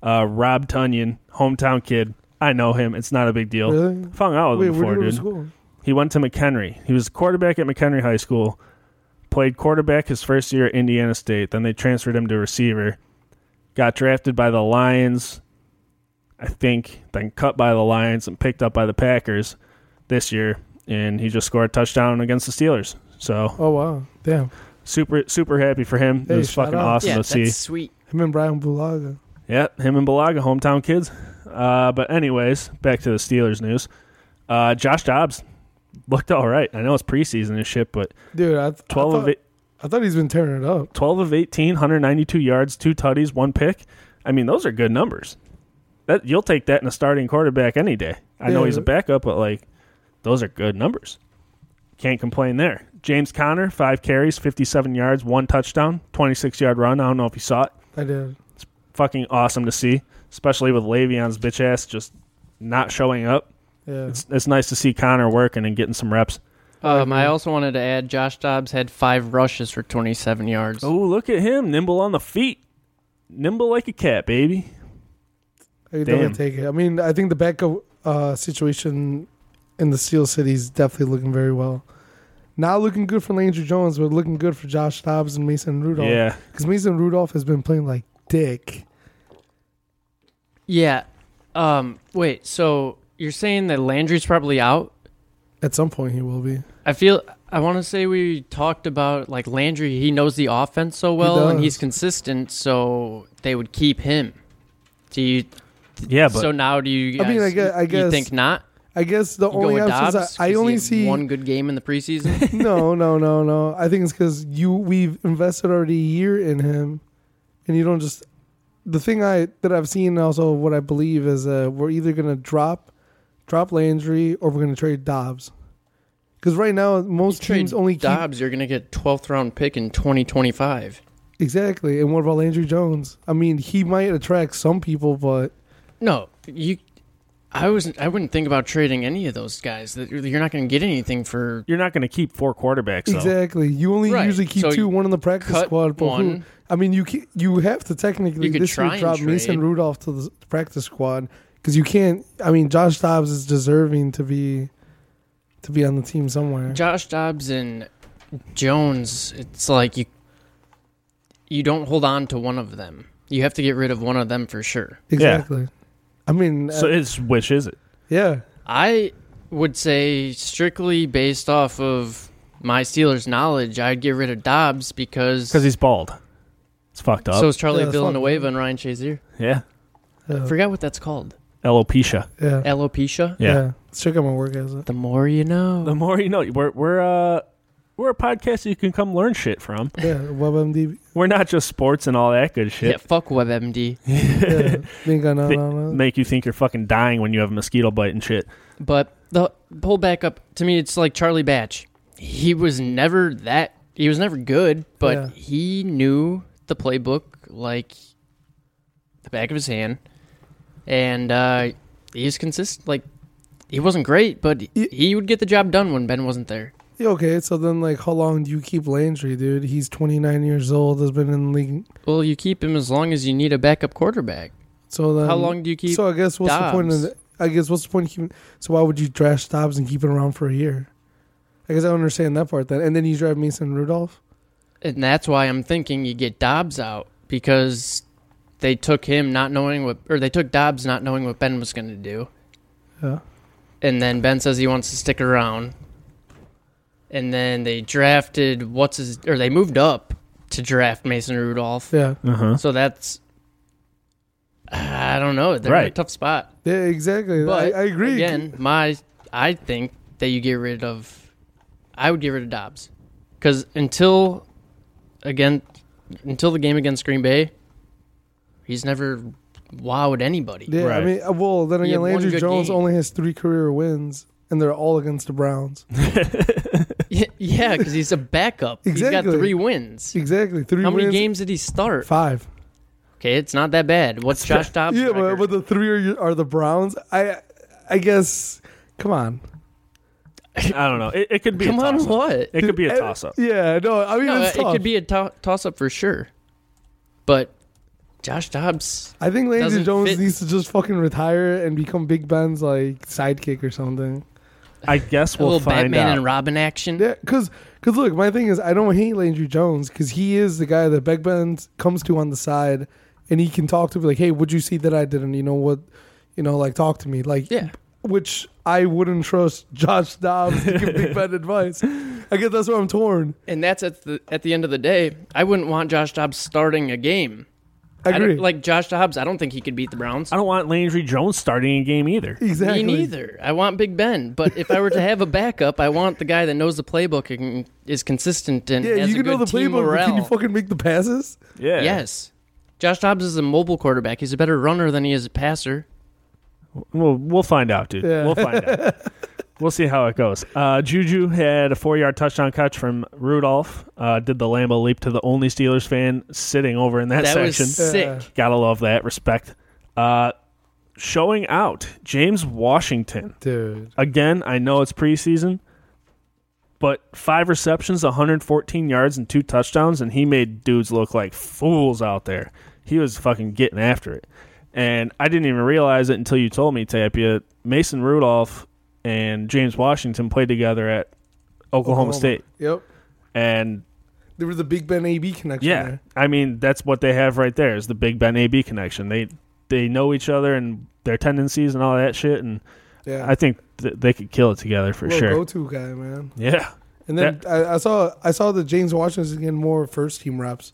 S1: uh, Rob Tunyon, hometown kid. I know him. It's not a big deal.
S2: Really?
S1: I've hung out with
S2: Wait,
S1: him
S2: where
S1: before,
S2: did you go to
S1: dude.
S2: school?
S1: He went to McHenry. He was quarterback at McHenry High School. Played quarterback his first year at Indiana State. Then they transferred him to receiver. Got drafted by the Lions, I think. Then cut by the Lions and picked up by the Packers this year. And he just scored a touchdown against the Steelers. So
S2: Oh wow, damn.
S1: super, super happy for him.
S2: Hey,
S1: it was
S2: shout
S1: fucking
S2: out.
S1: awesome
S3: yeah,
S1: to
S3: that's
S1: see.
S3: sweet.
S2: Him and Brian Bulaga.
S1: Yep, him and Balaga, hometown kids. Uh, but anyways, back to the Steelers news. Uh, Josh Dobbs looked all right. I know it's preseason and shit, but
S2: Dude, I th-
S1: 12
S2: I
S1: of
S2: thought,
S1: eight,
S2: I thought he's been tearing it up.
S1: 12 of 18, 192 yards, two tutties, one pick. I mean, those are good numbers. That you'll take that in a starting quarterback any day. I know
S2: Yeah.
S1: he's a backup, but like those are good numbers. Can't complain there. James Conner, 5 carries, 57 yards, one touchdown, 26-yard run. I don't know if you saw it.
S2: I did.
S1: fucking awesome to see, especially with Le'Veon's bitch ass just not showing up.
S2: Yeah.
S1: It's, it's nice to see Connor working and getting some reps.
S3: Um, I also wanted to add Josh Dobbs had five rushes for 27 yards.
S1: Oh, look at him, nimble on the feet, nimble like a cat, baby.
S2: I could definitely
S1: Damn.
S2: take it. I mean, I think the backup uh, situation in the Steel City is definitely looking very well. Not looking good for Landry Jones, but looking good for Josh Dobbs and Mason Rudolph.
S1: Yeah,
S2: Because Mason Rudolph has been playing like dick.
S3: Yeah. Um, wait, so you're saying that Landry's probably out?
S2: At some point, he will be.
S3: I feel I want to say we talked about like Landry, he knows the offense so well and
S2: does.
S3: he's consistent, so they would keep him. Do you
S1: yeah, but
S3: so now do you guys
S2: I mean, I guess- I
S3: you
S2: guess
S3: think not?
S2: I guess the
S3: You go
S2: only
S3: with
S2: absence
S3: Dobbs
S2: I, I
S3: 'cause he
S2: only
S3: had
S2: see
S3: one good game in the preseason.
S2: no, no, no, no. I think it's because you we've invested already a year in him, and you don't just. The thing I that I've seen and also what I believe is uh, we're either gonna drop, drop Landry or we're gonna trade Dobbs, because right now most
S3: Trade
S2: teams only keep,
S3: Dobbs, you're gonna get 12th round pick in 2025.
S2: exactly. And what about Landry Jones? I mean, he might attract some people, but
S3: No, you. I wasn't. I wouldn't think about trading any of those guys. That you're you're not going to get anything for
S1: you're not going to keep four quarterbacks. Though.
S2: exactly. You only
S3: Right.
S2: usually keep
S3: So
S2: two,
S3: you
S2: one in the practice
S3: cut
S2: squad, but who-
S3: one.
S2: I mean, you can, you have to technically
S3: You could
S2: this
S3: try
S2: year
S3: and
S2: drop Mason
S3: trade.
S2: Rudolph to the practice squad because you can't. I mean, Josh Dobbs is deserving to be to be on the team somewhere.
S3: Josh Dobbs and Jones. It's like you. You don't hold on to one of them. You have to get rid of one of them for sure.
S2: exactly. I mean,
S1: So
S2: uh,
S1: it's which is it?
S2: yeah,
S3: I would say strictly based off of my Steelers knowledge, I'd get rid of Dobbs because
S1: Because he's bald. It's fucked up.
S3: so is Charlie
S2: Yeah, that's fine.
S3: Villanueva and Ryan Chazier.
S1: yeah,
S2: yeah,
S3: I forgot what that's called.
S1: alopecia.
S2: Uh, yeah, yeah.
S3: Alopecia.
S1: Yeah.
S2: Let's check out my work as a
S3: The more you know.
S1: The more you know, we're we're uh we're a podcast you can come learn shit from.
S2: yeah WebMD.
S1: We're not just sports and all that good
S3: yeah,
S1: shit.
S3: fuck WebMD.
S2: Yeah, think I know,
S1: Thi-
S2: know, know.
S1: Make you think you're fucking dying when you have a mosquito bite and shit.
S3: But the pull back up to me, it's like Charlie Batch. He was never that. He was never good, but
S2: Yeah.
S3: he knew the playbook like the back of his hand, and uh, he was consistent. Like he wasn't great, but
S2: Y-
S3: he would get the job done when Ben wasn't there.
S2: Yeah, okay, so then like, how long do you keep Landry, dude? He's 29 years old. Has been in the league.
S3: Well, you keep him as long as you need a backup quarterback.
S2: So then,
S3: How long do you keep?
S2: So I guess what's the point? Of,
S3: Dobbs?
S2: the- I guess what's the point? Of keeping, so why would you draft Dobbs and keep it around for a year? I guess I don't understand that part then. And then you draft Mason Rudolph.
S3: and that's why I'm thinking you get Dobbs out because they took him not knowing what, or they took Dobbs not knowing what Ben was going to do.
S2: Yeah.
S3: And then Ben says he wants to stick around. And then they drafted what's his, or they moved up to draft Mason Rudolph.
S2: Yeah,
S1: Uh huh.
S3: So that's, I don't know. They're in
S1: Right.
S3: a tough spot.
S2: yeah, exactly. I,
S3: But,
S2: I agree.
S3: Again, my I think that you get rid of. I would get rid of Dobbs because until again, until the game against Green Bay, he's never wowed anybody.
S2: Yeah, I
S1: Right.
S2: mean, uh, well, then
S3: He had
S2: again,
S3: one
S2: Landry
S3: good
S2: Jones
S3: game.
S2: only has three career wins, and they're all against the Browns.
S3: Yeah, yeah, because he's a backup. He's got
S2: Exactly.
S3: three wins.
S2: Exactly, three.
S3: How many
S2: wins,
S3: games did he start?
S2: Five.
S3: Okay, it's not that bad. What's Josh Dobbs?
S2: yeah, but,
S3: record?
S2: but the three are, your- are the Browns. I, I guess. Come on.
S1: I don't know. It, it could be
S3: come
S1: a
S3: on,
S1: toss-up.
S3: what?
S1: It could be
S2: Eh,
S1: a toss up.
S2: Yeah, no. I mean,
S3: No, uh,
S2: it's
S3: it
S2: tough.
S3: could be a to- toss up for sure. But Josh Dobbs,
S2: I think Landry
S3: doesn't
S2: Jones
S3: fit-
S2: needs to just fucking retire and become Big Ben's like sidekick or something.
S1: I guess
S3: a
S1: we'll
S3: little
S1: find
S3: Batman
S1: out.
S3: and Robin action.
S2: Yeah, because look, my thing is I don't hate Landry Jones because he is the guy that Big Ben comes to on the side, and he can talk to be like, hey, would you see that I didn't? You know what? You know, like talk to me, like
S3: Yeah.
S2: Which I wouldn't trust Josh Dobbs to give Big Ben advice. I guess that's where I'm torn.
S3: And that's at the at the end of the day, I wouldn't want Josh Dobbs starting a game.
S2: I
S3: don't-
S2: agree.
S3: like Josh Dobbs, I don't think he could beat the Browns.
S1: I don't want Landry Jones starting a game either.
S2: exactly.
S3: Me neither. I want Big Ben, but if I were to have a backup, I want the guy that knows the playbook and is consistent and
S2: Yeah,
S3: has
S2: you
S3: a
S2: can know
S3: good
S2: the
S3: team
S2: playbook, but
S3: morale.
S2: can you fucking make the passes?
S1: Yeah.
S3: Yes. Josh Dobbs is a mobile quarterback. He's a better runner than he is a passer.
S1: We'll we'll find out, dude.
S2: Yeah.
S1: We'll find out. we'll see how it goes. Uh, Juju had a four-yard touchdown catch from Rudolph. Uh, did the Lambo leap to the only Steelers fan sitting over in that,
S3: That was
S1: section.
S3: sick.
S2: Yeah.
S1: Gotta love that respect. Uh, showing out James Washington
S2: Dude.
S1: again. I know it's preseason, but five receptions, 114 yards, and two touchdowns, and he made dudes look like fools out there. He was fucking getting after it, and I didn't even realize it until you told me, Tapia. Mason Rudolph and James Washington played together at Oklahoma, State,
S2: Yep.
S1: and
S2: There was a Big Ben AB connection
S1: yeah,
S2: there.
S1: I mean that's what they have right there is the Big Ben AB connection. They they know each other and their tendencies and all that shit, and
S2: Yeah.
S1: I think th- they could kill it together for
S2: Little
S1: sure.
S2: go-to guy, man.
S1: Yeah.
S2: And then I, I saw I saw that James Washington's getting more first team reps.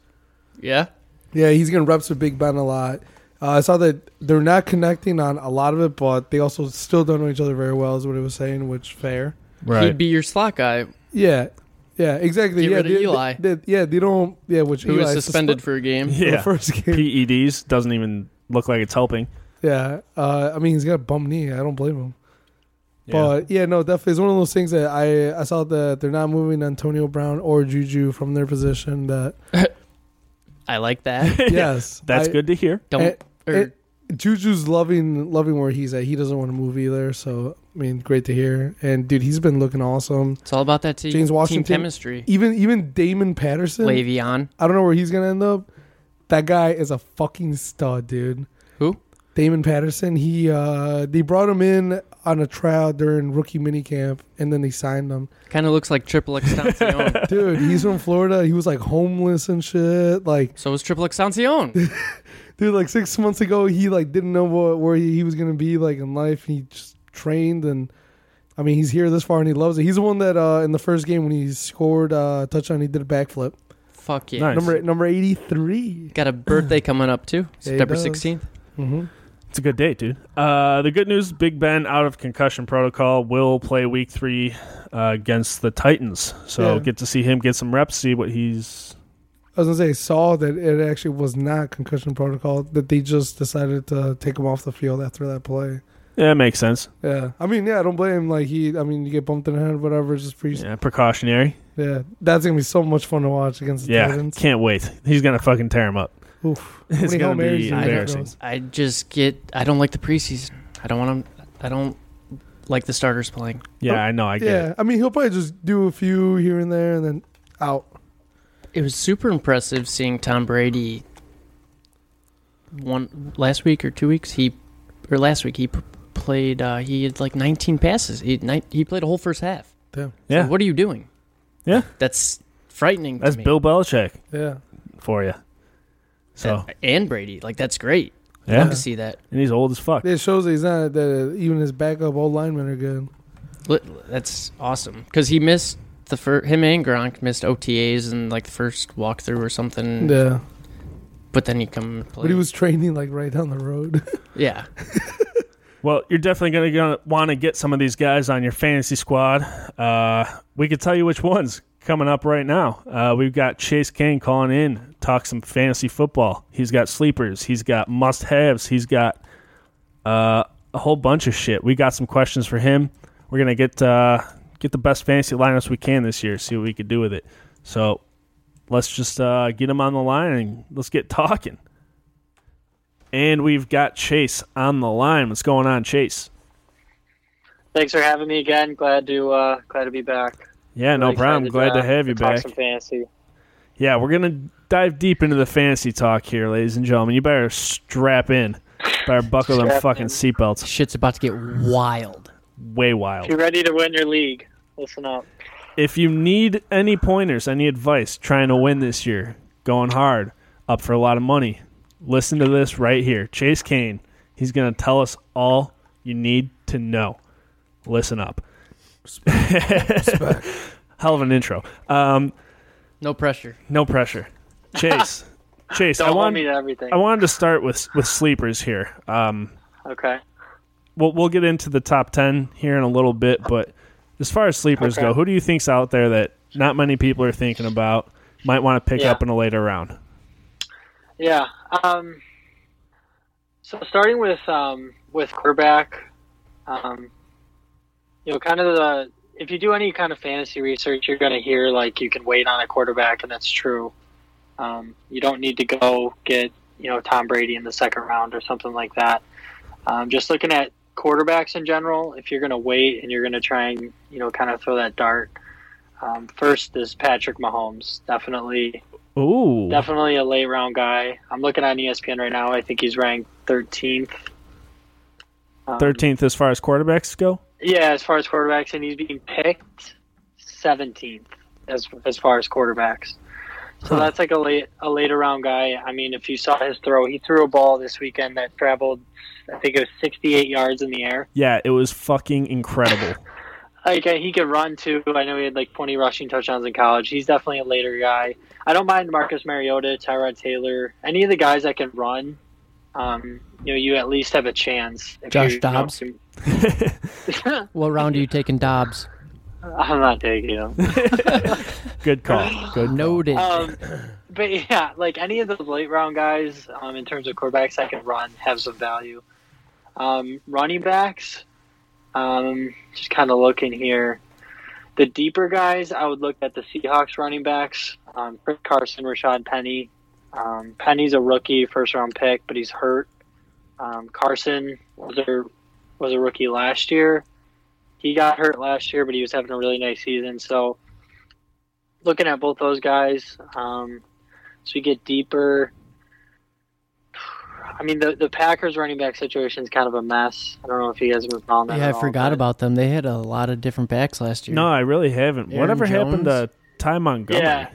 S3: Yeah.
S2: Yeah, he's getting reps with Big Ben a lot. Uh, I saw that they're not connecting on a lot of it, but they also still don't know each other very well, is what it was saying, which fair.
S3: He'd be your slot guy
S2: Yeah, yeah, exactly.
S3: Get
S2: yeah,
S3: rid of
S2: they-
S3: Eli.
S2: they- yeah, they don't. Yeah, which
S3: who was
S2: Eli
S3: suspended for a game.
S2: for the
S1: Yeah.
S2: first game.
S1: PEDs E doesn't even look like it's helping.
S2: Yeah, uh, I mean he's got a bum knee. I don't blame him. But yeah, no, definitely it's one of those things that I I saw that they're not moving Antonio Brown or Juju from their position. That
S3: I like that.
S2: yes,
S1: That's
S2: I-
S1: good to hear.
S3: Don't er,
S2: It-
S3: or
S2: it- Juju's loving loving where he's at. He doesn't want to move either. So I mean, great to hear. And dude, he's been looking awesome.
S3: it's all about that team,
S2: James Washington-
S3: team chemistry.
S2: Even even Damon Patterson.
S3: Le'Veon.
S2: I don't know where he's gonna end up. That guy is a fucking stud, dude.
S3: Who?
S2: Damon Patterson. He uh they brought him in on a trial during rookie minicamp, and then they signed him.
S3: Kind of looks like Triple Extancion.
S2: Dude, he's from Florida. He was like homeless and shit. Like,
S3: so is Triple Extancion.
S2: dude, like six months ago, he like didn't know what, where he, he was gonna be like in life. He just trained, and I mean, he's here this far, and he loves it. He's the one that uh in the first game when he scored uh, a touchdown, he did a backflip.
S3: Fuck yeah.
S1: Nice.
S2: Number number eighty three.
S3: Got a birthday coming up too,
S2: he
S3: September
S2: does.
S3: 16th.
S2: Mm-hmm.
S1: It's a good date, dude. Uh, the good news Big Ben out of concussion protocol will play week three uh, against the Titans. So
S2: Yeah.
S1: get to see him get some reps, see what he's.
S2: I was gonna say saw that it actually was not concussion protocol that they just decided to take him off the field after that play.
S1: Yeah, it makes sense.
S2: Yeah, I mean, yeah, I don't blame him. Like he, I mean, you get bumped in the head, whatever. It's just pre. Yeah.
S1: Yeah, precautionary.
S2: that's gonna be so much fun to watch against the
S1: Yeah,
S2: Titans.
S1: can't wait. He's going to fucking tear him up.
S2: Oof.
S1: It's
S2: How many
S1: gonna
S2: Hail Marys
S1: be
S2: do you think
S1: embarrassing.
S2: it goes?
S3: I just get. I don't like the preseason. I don't want them. I don't like the starters playing.
S1: Yeah, I know. I get
S2: Oh, Yeah,
S1: it.
S2: I mean, he'll probably just do a few here and there, and then out.
S3: It was super impressive seeing Tom Brady. One last week or two weeks he, or last week he p- played. Uh, he had like 19 passes. He had nine- he played a whole first half. So
S1: Yeah.
S3: what are you doing?
S1: Yeah.
S3: That's frightening.
S1: That's
S3: to me.
S1: Bill Belichick
S2: Yeah,
S1: for you. So,
S3: And- and Brady. Like that's great. Love
S1: yeah.
S3: to see that.
S1: And he's old as fuck.
S2: it shows that he's not that even his backup old linemen are good.
S3: Li- That's awesome because he missed the first. Him and Gronk missed OTAs and like the first walkthrough or something.
S2: Yeah,
S3: But then he come and Hmm. play.
S2: but he was training like right down the road.
S3: yeah.
S1: Well, you're definitely going to want to get some of these guys on your fantasy squad. Uh, we could tell you which ones coming up right now. Uh, we've got Chase King calling in, talk some fantasy football. He's got sleepers, he's got must haves, he's got uh, a whole bunch of shit. We got some questions for him. We're going to get uh, get the best fantasy lineups we can this year, see what we could do with it. So let's just uh, get him on the line and let's get talking. And we've got Chase on the line. What's going on, Chase?
S4: Thanks for having me again. Glad to uh, glad to be back.
S1: Yeah, no
S4: Really
S1: problem.
S4: excited,
S1: Glad
S4: uh,
S1: to have you
S4: talk
S1: back.
S4: Some fantasy.
S1: Yeah, we're gonna dive deep into the fantasy talk here, ladies and gentlemen. You better strap in, better buckle them
S4: Strap
S1: fucking
S4: in.
S3: This
S1: seatbelts.
S3: shit's about to get wild.
S1: Way wild.
S4: If you're ready to win your league, listen up.
S1: if you need any pointers, any advice trying to win this year, going hard, up for a lot of money, listen to this right here. Chase Kane, he's going to tell us all you need to know. Listen up. Hell of an intro. Um,
S3: No pressure.
S1: no pressure. Chase, Chase,
S4: Don't
S1: I
S4: hold
S1: want
S4: me to everything.
S1: I wanted to start with with sleepers here. Um,
S4: okay.
S1: we'll we'll get into the top ten here in a little bit, but as far as sleepers
S4: Okay.
S1: go, who do you think's out there that not many people are thinking about? Might want to pick
S4: Yeah.
S1: up in a later round.
S4: Yeah. Um, so starting with um, with quarterback, um, you know, kind of the if you do any kind of fantasy research, you're going to hear like you can wait on a quarterback, and that's true. Um, you don't need to go get you know Tom Brady in the second round or something like that. Um, just looking at quarterbacks in general, if you're going to wait and you're going to try and you know kind of throw that dart. Um, first is Patrick Mahomes, definitely
S1: Ooh,
S4: definitely a late round guy. I'm looking E on ESPN right now. I think he's ranked 13th. Um,
S1: thirteenth as far as quarterbacks go.
S4: Yeah, as far as quarterbacks, and he's being picked 17th as as far as quarterbacks. So
S1: Huh.
S4: that's like a late a later round guy. I mean, if you saw his throw, he threw a ball this weekend that traveled, I think it was 68 yards in the air.
S1: Yeah, it was fucking incredible.
S4: Like uh, he could run too. I know he had like 20 rushing touchdowns in college. He's definitely a later guy. I don't mind Marcus Mariota, Tyrod Taylor, any of the guys that can run. Um, you know, you at least have a chance. If
S3: Josh
S4: you- you know,
S3: Dobbs?
S4: can-
S3: What round are you taking, Dobbs?
S4: I'm not taking him.
S1: Good call. Good.
S3: Noted.
S4: Um, but yeah, like any of those late round guys, um, in terms of quarterbacks that can run, have some value. Um, running backs, um, just kind of looking here. The deeper guys, I would look at the Seahawks running backs, um, Chris Carson, Rashad Penny. Um, Penny's a rookie, first round pick, but he's hurt. Um, Carson was a, was a rookie last year. He got hurt last year, but he was having a really nice season. So, looking at both those guys. Um, so we get deeper. I mean, the the Packers running back situation is kind of a mess. I don't know if you guys have been following that.
S3: yeah, I
S4: at all,
S3: forgot
S4: but-
S3: about them. They had a lot of different backs last year.
S1: No, I really haven't.
S3: Aaron
S1: Whatever happened to
S3: Jones?
S1: Ty Montgomery?
S4: Yeah.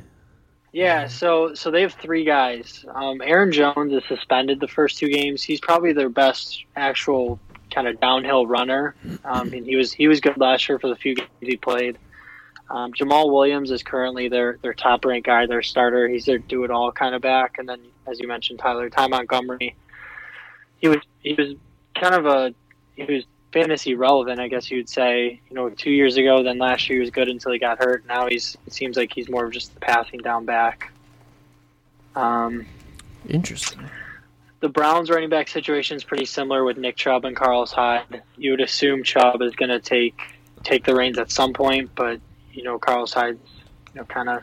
S4: Yeah, so so they have three guys. Um, Aaron Jones is suspended the first two games. He's probably their best actual kind of downhill runner. Um, and he was he was good last year for the few games he played. Um, Jamal Williams is currently their their top ranked guy, their starter. He's their do it all kind of back. And then, as you mentioned, Tyler Ty Montgomery. He was he was kind of a he was fantasy relevant, I guess you'd say. You know, two years ago, then last year he was good until he got hurt. Now he's it seems like he's more of just the passing down back. Um,
S3: Interesting.
S4: the Browns running back situation is pretty similar with Nick Chubb and Carlos Hyde. You would assume Chubb is going to take take the reins at some point, but you know Carlos Hyde, you know, kind of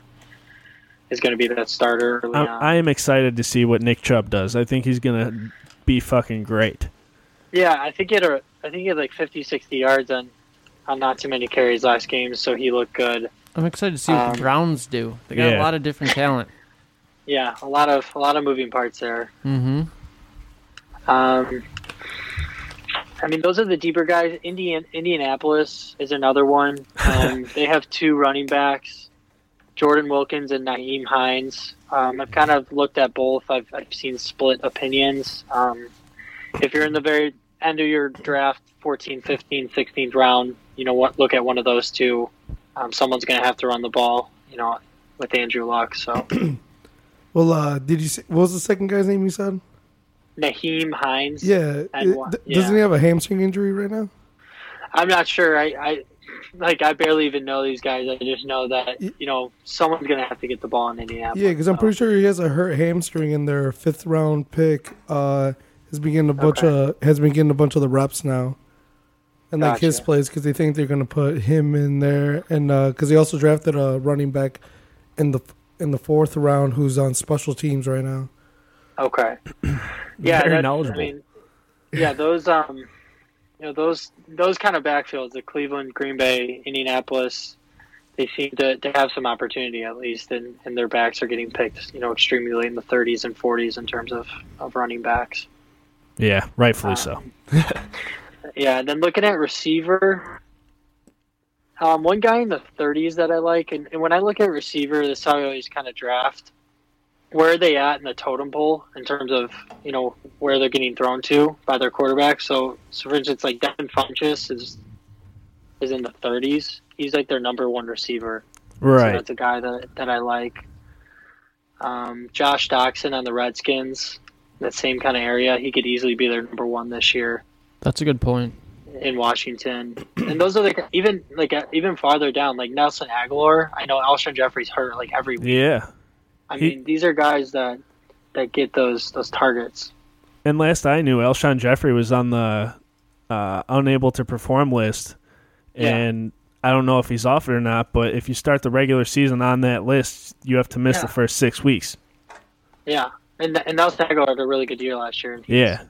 S4: is going to be that starter. Early
S1: I'm,
S4: on.
S1: Uh, I am excited to see what Nick Chubb does. I think he's gonna be fucking great.
S4: Yeah, I think he had a, I think he had like 50, 60 yards on on not too many carries last game, so he looked good.
S3: I'm excited to see what the
S4: Um,
S3: Browns do. They got
S1: Yeah.
S3: a lot of different talent.
S4: Yeah, a lot of a lot of moving parts there.
S3: Mm-hmm.
S4: Um, I mean, those are the deeper guys. Indian Indianapolis is another one. Um, they have two running backs, Jordan Wilkins and Naeem Hines. Um, I've kind of looked at both. I've, I've seen split opinions. Um, if you're in the very end of your draft, 14, 15, 16th round, you know what? Look at one of those two. Um, someone's going to have to run the ball. You know, with Andrew Luck. So
S2: Well, uh, did you? Say, what was the second guy's name you said?
S4: Naheem Hines.
S2: Yeah.
S4: And
S2: it-
S4: one-
S2: d-
S4: yeah.
S2: Doesn't he have a hamstring injury right now?
S4: I'm not sure. I, I like I barely even know these guys. I just know that
S2: Y-
S4: you know someone's gonna have to get the ball in Indianapolis.
S2: Yeah, because I'm pretty sure he has a hurt hamstring in their fifth round pick. Uh, has been getting a bunch of has been getting a bunch of the reps now, and like his
S4: Gotcha.
S2: plays because they think they're gonna put him in there, and because they also drafted a running back in the in the fourth round who's on special teams right now.
S4: Okay. Yeah,
S1: Very
S4: that-
S1: knowledgeable.
S4: I mean, yeah, those um, you know those those kind of backfields, the Cleveland, Green Bay, Indianapolis, they seem to, to have some opportunity at least, and, and their backs are getting picked, you know, extremely late in the 30s and 40s in terms of of running backs.
S1: Yeah, rightfully
S4: Uh,
S1: so.
S4: Yeah, and then looking at receiver, um, one guy in the 30s that I like, and, and when I look at receiver, this is how I always kind of draft. Where are they at in the totem pole in terms of you know where they're getting thrown to by their quarterback? So, so for instance, like Devin Funchess is is in the 30s. He's like their number one receiver. So
S1: Right.
S4: that's a guy that, that I like. Um, Josh Doxson on the Redskins, that same kind of area. He could easily be their number one this year
S3: That's a good point.
S1: Mm-hmm.
S4: in Washington, and those are the even like uh, even farther down, like Nelson Aguilar. I know Alshon Jeffrey's hurt like every week.
S1: Yeah.
S4: I
S1: he-
S4: mean, these are guys that that get those those targets.
S1: And last I knew, Elshon Jeffrey was on the uh, unable to perform list,
S4: Yeah.
S1: and I don't know if he's off it or not. But if you start the regular season on that list, you have to miss
S4: Yeah.
S1: the first six weeks.
S4: Yeah, and and Nelson Aguilar had a really good year last year.
S1: Yeah,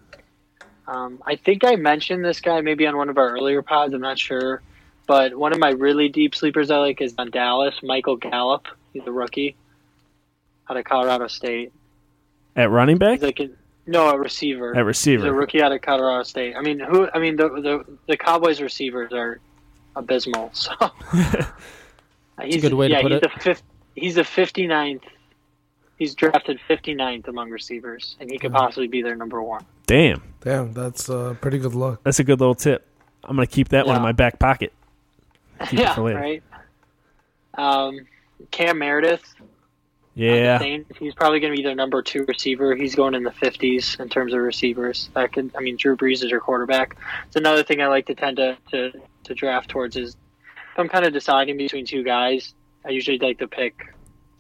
S4: Um, I think I mentioned this guy maybe on one of our earlier pods. I'm not sure, but one of my really deep sleepers I like is on Dallas, Michael Gallup. He's a rookie out of Colorado State.
S1: at running back,
S4: He's like a, no, a receiver.
S1: at
S4: He's a
S1: receiver.
S4: rookie out of Colorado State. I mean, who? I mean, the the, the Cowboys receivers are abysmal. So he's
S3: a good way to
S4: yeah,
S3: put
S4: he's
S3: it.
S4: The fifth, he's the 59th. He's drafted 59th among receivers, and he could possibly be their number one.
S1: Damn,
S2: Damn, that's uh, pretty good luck.
S1: that's a good little tip. I'm gonna keep that one in
S4: Yeah.
S1: my back pocket. Keep it
S4: yeah,
S1: for later.
S4: right. Um, Cam Meredith.
S1: Yeah,
S4: Saints, He's probably going to be their number two receiver. He's going in the 50s in terms of receivers. That could, I mean, Drew Brees is your quarterback. It's another thing I like to tend to, to, to draft towards is if I'm kind of deciding between two guys, I usually like to pick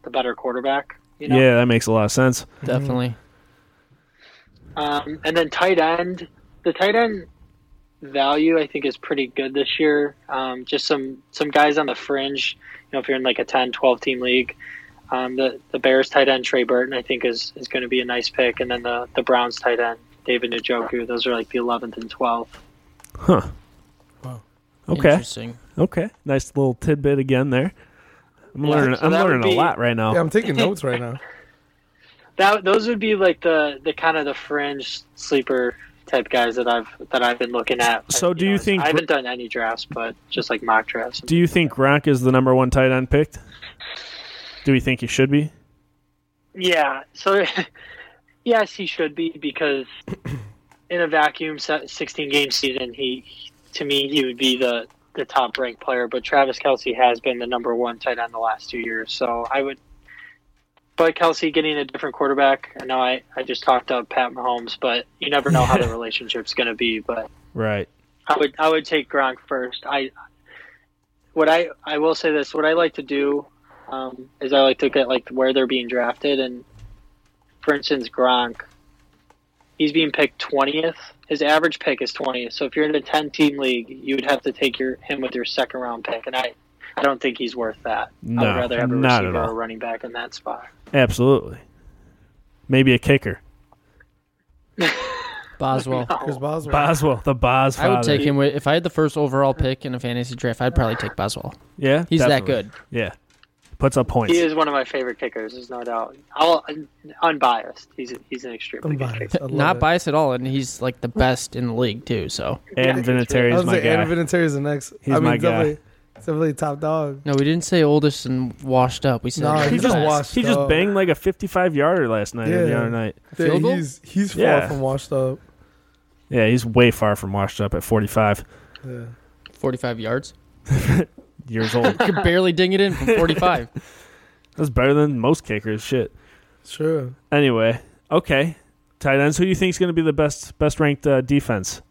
S4: the better quarterback. You know?
S1: yeah, that makes a lot of sense.
S3: Definitely.
S4: Um, and then tight end, the tight end value I think is pretty good this year. Um, just some some guys on the fringe. You know, if you're in like a 10, 12 team league, um, the the Bears tight end Trey Burton I think is is going to be a nice pick, and then the the Browns tight end David Njoku. Those are like the 11th and 12th.
S1: Huh.
S2: Wow.
S1: Okay.
S3: Interesting.
S1: Okay. Nice little tidbit again there. I'm
S4: Yeah,
S1: learning.
S4: so
S1: I'm
S4: that would
S1: learning a
S4: be-
S1: lot right now.
S2: Yeah, I'm taking notes right now.
S4: That those would be like the the kind of the fringe sleeper type guys that I've that I've been looking at.
S1: So do you
S4: know,
S1: think-
S4: I haven't done any drafts, but just like mock drafts.
S1: Do you think Gronk is the number one tight end picked? Do we think he should be?
S4: Yeah. So, yes, he should be because in a vacuum, se- 16 game season, he to me he would be the the top ranked player. But Travis Kelsey has been the number one tight end the last two years, so I would. But Kelsey getting a different quarterback. I know I, I just talked up Pat Mahomes, but you never know how the relationship's going to be. But
S1: Right.
S4: I would I would take Gronk first. I what I I will say this. What I like to do um, is I like to get like where they're being drafted, and for instance, Gronk, he's being picked twentieth. His average pick is twentieth. So if you're in a ten team league, you would have to take your him with your second round pick, and I. I don't think he's worth that. I
S1: No,
S4: would rather have a
S1: not at
S4: receiver or
S1: all.
S4: running back in that spot.
S1: Absolutely. Maybe a kicker.
S3: Boswell.
S2: Here's
S4: No.
S2: Boswell.
S1: Boswell, the Bos.
S3: I would
S1: father.
S3: take him with, if I had the first overall pick in a fantasy draft, I'd probably take Boswell.
S1: Yeah,
S3: He's
S1: definitely.
S3: that good.
S1: Yeah, puts up points.
S4: He is one of my favorite kickers. There's no doubt. I'll, unbiased. He's he's an extremely
S2: I'm
S4: good kicker.
S2: biased. I love
S3: Not
S2: it.
S3: biased at all, and he's like the best in the league too. So
S1: And Vinatieri
S2: I
S1: is
S2: was
S1: my
S2: like, Anna
S1: guy.
S2: Vinatieri is the next.
S1: He's
S2: I mean,
S1: my guy.
S2: definitely, definitely top dog.
S3: no, we didn't say oldest and washed up. We said
S2: No,
S1: He
S2: He's
S1: just
S2: the
S3: best.
S2: washed.
S1: he just
S2: up.
S1: banged like a 55 yarder last night or the
S2: Yeah.
S1: other night.
S2: Yeah,
S3: Field goal?
S2: he's he's far
S1: Yeah.
S2: from washed up.
S1: Yeah, he's way far from washed up at 45
S2: Yeah.
S3: forty-five yards.
S1: years old.
S3: Could barely ding it in from forty-five.
S1: That's better than most kickers. Shit.
S2: Sure.
S1: Anyway, okay. tight ends. Who do you think is going to be the best best ranked uh, defense?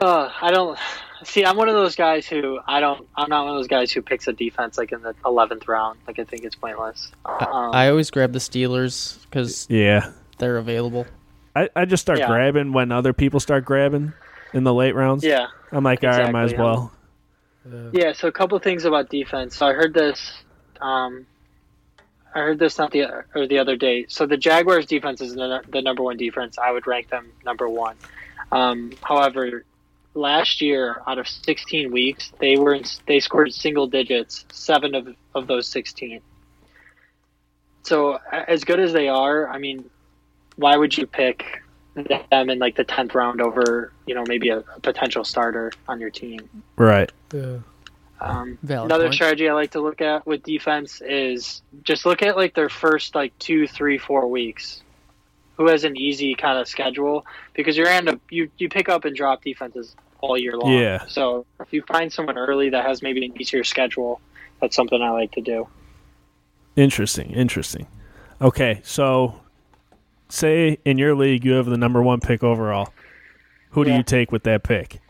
S4: Uh, I don't see. I'm one of those guys who I don't. I'm not one of those guys who picks a defense like in the eleventh round. Like I think it's pointless. Um,
S3: I always grab the Steelers because
S1: Yeah,
S3: they're available.
S1: I, I just start
S4: Yeah.
S1: grabbing when other people start grabbing in the late rounds.
S4: yeah,
S1: I'm like, all right, might as
S4: Exactly, yeah.
S1: well.
S4: yeah. So a couple things about defense. So I heard this. Um, I heard this not the or the other day. So the Jaguars defense is the, the number one defense. I would rank them number one. Um, however, last year out of 16 weeks, they were in, they scored single digits seven of of those 16. So a- as good as they are, I mean, why would you pick them in like the 10th round over you know maybe a, a potential starter on your team?
S1: Right.
S2: Yeah.
S4: Um,
S3: Valid
S4: another
S3: point.
S4: strategy I like to look at with defense is just look at like their first like two, three, four weeks. Who has an easy kind of schedule? Because you're end up you you pick up and drop defenses all year long.
S1: Yeah.
S4: So if you find someone early that has maybe an easier schedule, that's something I like to do.
S1: Interesting. Interesting. Okay, so say in your league you have the number one pick overall. Who do
S4: Yeah.
S1: you take with that pick?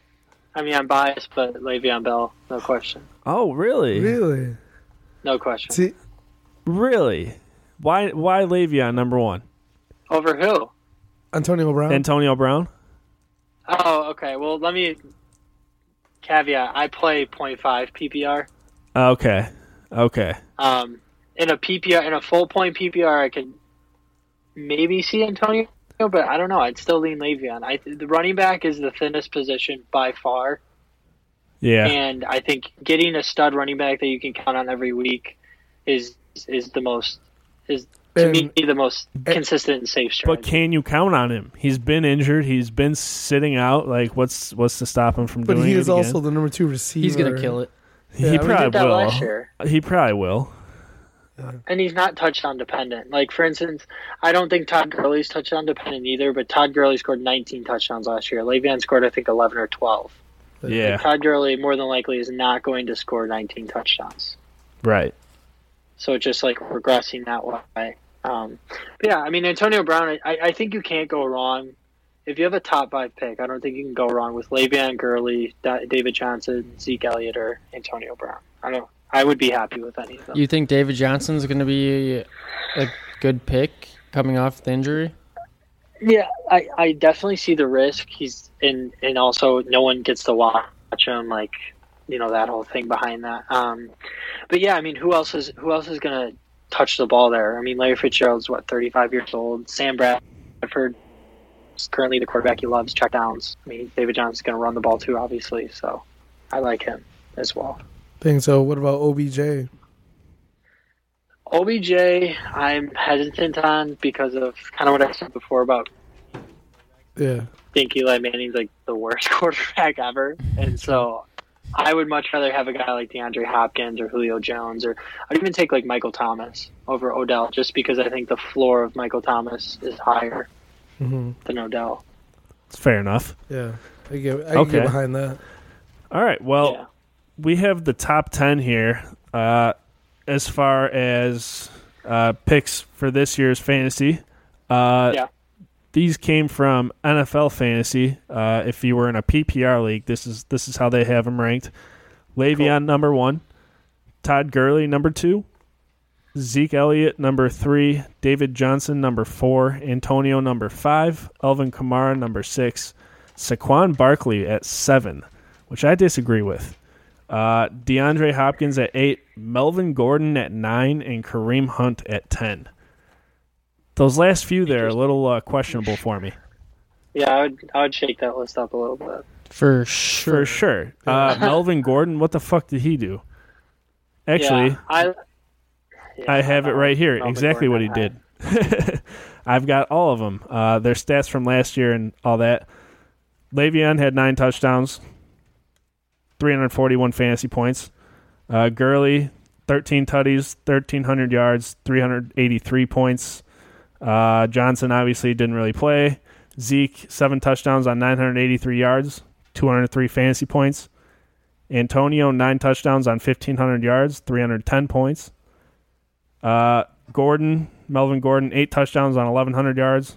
S4: I mean, I'm biased, but Le'Veon Bell, no question,
S1: Oh, really?
S2: Really?
S4: no question.
S2: See,
S1: Really? Why? Why Le'Veon number one?
S4: Over who?
S2: Antonio
S4: Um,
S2: Brown.
S1: Antonio Brown.
S4: Oh, okay. Well, let me caveat. I play .5 PPR.
S1: Okay. Okay.
S4: Um, in a PPR, in a full point PPR, I could maybe see Antonio, but I don't know. I'd still lean Le'Veon. I the running back is the thinnest position by far,
S1: Yeah.
S4: and I think getting a stud running back that you can count on every week is is the most is to me the most consistent and safe
S1: But
S4: strategy.
S1: can you count on him? He's been injured. He's been sitting out. Like, what's what's to stop him from
S2: but
S1: doing
S2: he
S1: it
S2: is
S1: again?
S2: also the number two receiver.
S3: He's gonna kill it.
S2: Yeah,
S1: he
S2: I mean, he
S1: probably
S4: did that
S1: will.
S4: last year.
S1: He probably will.
S4: and he's not touchdown dependent. Like for instance, I don't think Todd Gurley's touchdown dependent either. But Todd Gurley scored 19 touchdowns last year. Le'Veon scored I think 11 or 12.
S1: Yeah.
S4: Todd Gurley more than likely is not going to score 19 touchdowns.
S1: Right.
S4: So it's just like regressing that way. Um, but yeah, I mean Antonio Brown, I, I think you can't go wrong. If you have a top five pick, I don't think you can go wrong with Le'Veon Gurley, Da- David Johnson, Zeke Elliott, or Antonio Brown. I don't. I would be happy with any of them.
S3: You think David Johnson's gonna be a good pick coming off the injury?
S4: Yeah, I, I definitely see the risk. He's and and also no one gets to watch him like you know that whole thing behind that. Um, but yeah, I mean, who else is who else is gonna touch the ball there? I mean, Larry Fitzgerald's what thirty five years old. Sam Bradford is currently the quarterback he loves. Check downs. I mean, David Johnson's gonna run the ball too, obviously. So I like him as well.
S2: Thing. So what about OBJ?
S4: OBJ, I'm hesitant on because of kind of what I said before about
S2: Yeah.
S4: think Eli Manning's like the worst quarterback ever, and so I would much rather have a guy like DeAndre Hopkins or Julio Jones, or I'd even take like Michael Thomas over Odell, just because I think the floor of Michael Thomas is higher
S2: hmm
S4: than Odell.
S1: It's fair enough.
S2: Yeah. I get. I can
S1: Okay.
S2: get behind that.
S1: All right. Well,
S4: Yeah.
S1: we have the top 10 here uh, as far as uh, picks for this year's fantasy. Uh,
S4: Yeah.
S1: These came from NFL fantasy. Uh, if you were in a PPR league, this is this is how they have them ranked. Le'Veon number one, Todd Gurley number two, Zeke Elliott number three, David Johnson number four, Antonio number five, Elvin Kamara number six, Saquon Barkley at seven, which I disagree with. Uh, DeAndre Hopkins at eight, Melvin Gordon at nine, and Kareem Hunt at ten. Those last few there are a little uh, questionable for me,
S4: Yeah, I would I would shake that list up a little bit.
S1: for
S3: For sure.
S1: sure. Uh, Melvin Gordon, what the fuck did he do? Actually,
S4: yeah, I yeah,
S1: I have it
S4: don't
S1: right here.
S4: know if
S1: exactly
S4: we're
S1: what he
S4: gonna have-
S1: did. I've got all of them. Uh, their stats from last year and all that. Le'Veon had nine touchdowns, 341 fantasy points. Uh, Gurley, 13 tutties, 1,300 yards, 383 points. Uh, Johnson obviously didn't really play. Zeke, seven touchdowns on 983 yards, 203 fantasy points. Antonio, nine touchdowns on 1,500 yards, 310 points. Uh, Gordon, Melvin Gordon, eight touchdowns on 1,100 yards.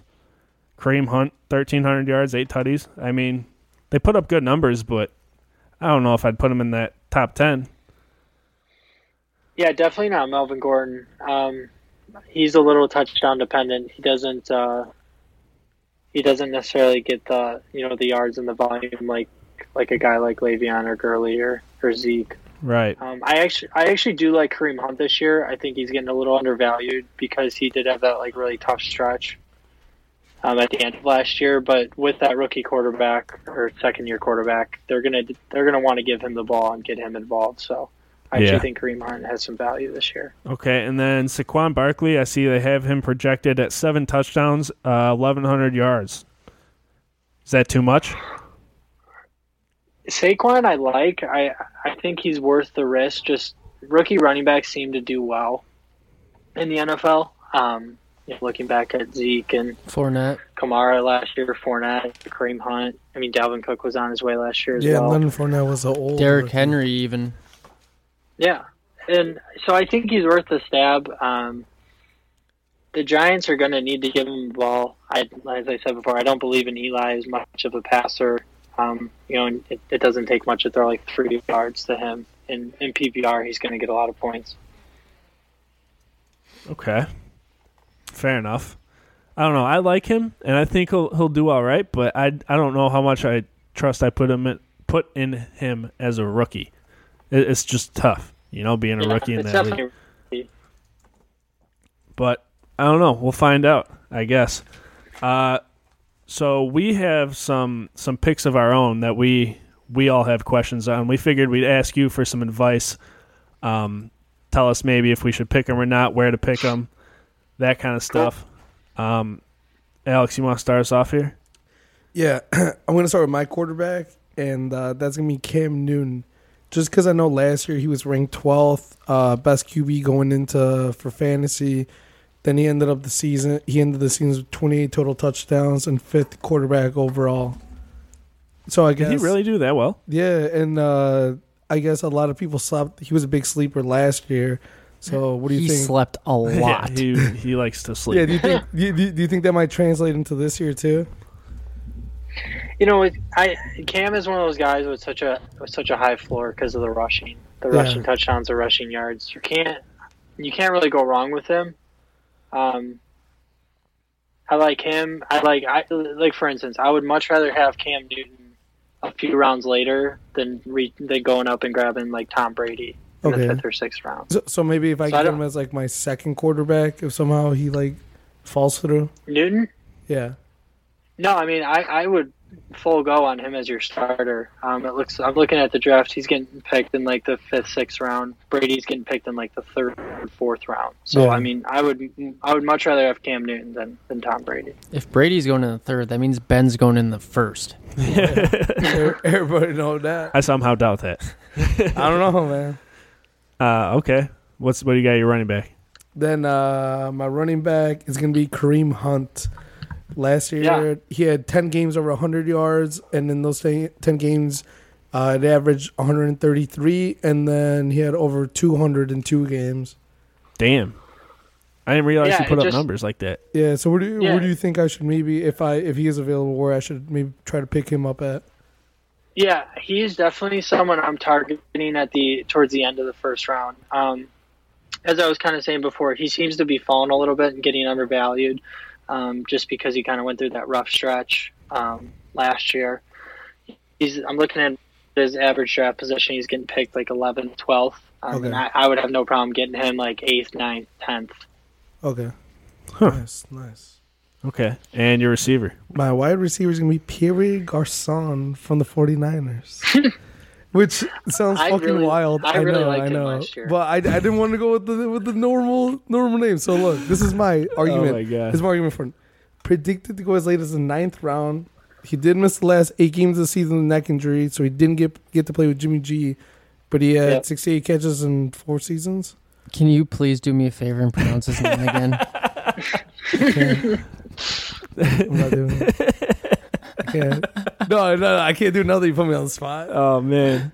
S1: Kareem Hunt, 1,300 yards, eight tutties. I mean, they put up good numbers, but I don't know if I'd put them in that top 10.
S4: Yeah, definitely not Melvin Gordon. Um, he's a little touchdown dependent. He doesn't uh, he doesn't necessarily get the you know the yards and the volume like like a guy like Le'Veon or Gurley or, or Zeke.
S1: Right.
S4: Um, I actually I actually do like Kareem Hunt this year. I think he's getting a little undervalued because he did have that like really tough stretch um, at the end of last year. But with that rookie quarterback or second year quarterback, they're gonna they're gonna want to give him the ball and get him involved. So I actually
S1: Yeah.
S4: think Kareem Hunt has some value this year.
S1: Okay, and then Saquon Barkley, I see they have him projected at seven touchdowns, uh, 1,100 yards. Is that too much?
S4: Saquon, I like. I I think he's worth the risk. Just rookie running backs seem to do well in the NFL. Um, you know, looking back at Zeke and
S3: Fournette.
S4: Kamara last year, Fournette, Kareem Hunt. I mean, Dalvin Cook was on his way last year as
S2: Yeah,
S4: well.
S2: Leonard Fournette was an old.
S3: Derrick Henry even.
S4: Yeah, and so I think he's worth a stab. Um, the Giants are going to need to give him the ball. I, as I said before, I don't believe in Eli as much of a passer. Um, you know, and it, it doesn't take much to throw like three yards to him. And in PPR, he's going to get a lot of points.
S1: Okay. Fair enough. I don't know. I like him, and I think he'll he'll do all right. But I I don't know how much I trust I put him in, put in him as a rookie. It, it's just tough, you know, being a
S4: Yeah,
S1: rookie in
S4: it's
S1: that league.
S4: definitely-
S1: But I don't know. We'll find out, I guess. Uh, so we have some some picks of our own that we we all have questions on. We figured we'd ask you for some advice. Um, tell us maybe if we should pick them or not, where to pick them, that kind of stuff. Um, Alex, you want to start us off here?
S2: Yeah, I'm going to start with my quarterback, and uh, that's going to be Cam Newton. Just because I know last year he was ranked 12th, uh, best QB going into for fantasy. Then he ended up the season. He ended the season with 28 total touchdowns and fifth quarterback overall. So I
S1: Did
S2: guess
S1: he really do that well?
S2: Yeah, and uh, I guess a lot of people slept. He was a big sleeper last year. So what do you
S3: he
S2: think?
S3: slept a lot.
S1: Yeah, he he likes to sleep.
S2: yeah, do you think do you, do you think that might translate into this year too?
S4: You know, it- I Cam is one of those guys with such a with such a high floor because of the rushing, the
S2: Yeah.
S4: rushing touchdowns, the rushing yards. You can't you can't really go wrong with him. Um, I like him. I like I like for instance, I would much rather have Cam Newton a few rounds later than re, than going up and grabbing like Tom Brady in
S2: Okay.
S4: the fifth or sixth round.
S2: So, so maybe if I
S4: So I
S2: get
S4: don't-
S2: him as like my second quarterback, if somehow he like falls through,
S4: Newton,
S2: yeah,
S4: No, I mean I, I would full go on him as your starter. Um, it looks I'm looking at the draft. He's getting picked in like the fifth, sixth round. Brady's getting picked in like the third, and fourth round. So
S2: Yeah.
S4: I mean I would I would much rather have Cam Newton than, than Tom Brady.
S3: If Brady's going in the third, that means Ben's going in the first.
S2: Every- everybody know that.
S1: I somehow doubt that.
S2: I don't know, man.
S1: Uh, okay, what's what do you got? Your running back.
S2: Then uh, my running back is gonna be Kareem Hunt. Last year
S4: Yeah.
S2: he had ten games over hundred yards, and in those ten ten games, uh, it averaged 133, and then he had over 200 in two games.
S1: Damn, I didn't realize
S4: Yeah,
S1: he put
S4: it
S1: up
S4: just-
S1: numbers like that.
S2: Yeah. So where do you,
S4: Yeah.
S2: where do you think I should maybe if I if he is available, where I should maybe try to pick him up at?
S4: Yeah, he's definitely someone I'm targeting at the towards the end of the first round. Um, as I was kind of saying before, he seems to be falling a little bit and getting undervalued, um, just because he kind of went through that rough stretch um, last year. He's I'm looking at his average draft position. He's getting picked like 11th, 12th, um,
S2: Okay.
S4: and I, I would have no problem getting him like eighth, 9th, 10th.
S2: Okay.
S1: Huh.
S2: Nice, nice.
S1: Okay, and your receiver.
S2: My wide receiver is going to be Pierre Garcon from the 49ers. Which sounds
S4: I
S2: fucking
S4: really-
S2: wild.
S4: I really
S2: know,
S4: liked
S2: I
S4: him
S2: know.
S4: last year.
S2: But I, I didn't want to go with the with the normal normal name. So look, this is my
S3: Oh,
S2: argument.
S1: Oh my God.
S2: This is my argument for predicted to go as late as the ninth round. He did miss the last eight games of the season with neck injury, so he didn't get get to play with Jimmy G. But he had
S4: Yeah.
S2: 68 catches in four seasons.
S3: Can you please do me a favor and pronounce his name again?
S2: I'm not doing it. I can't. No, no, no, I can't do nothing. You put me on the spot.
S1: Oh man,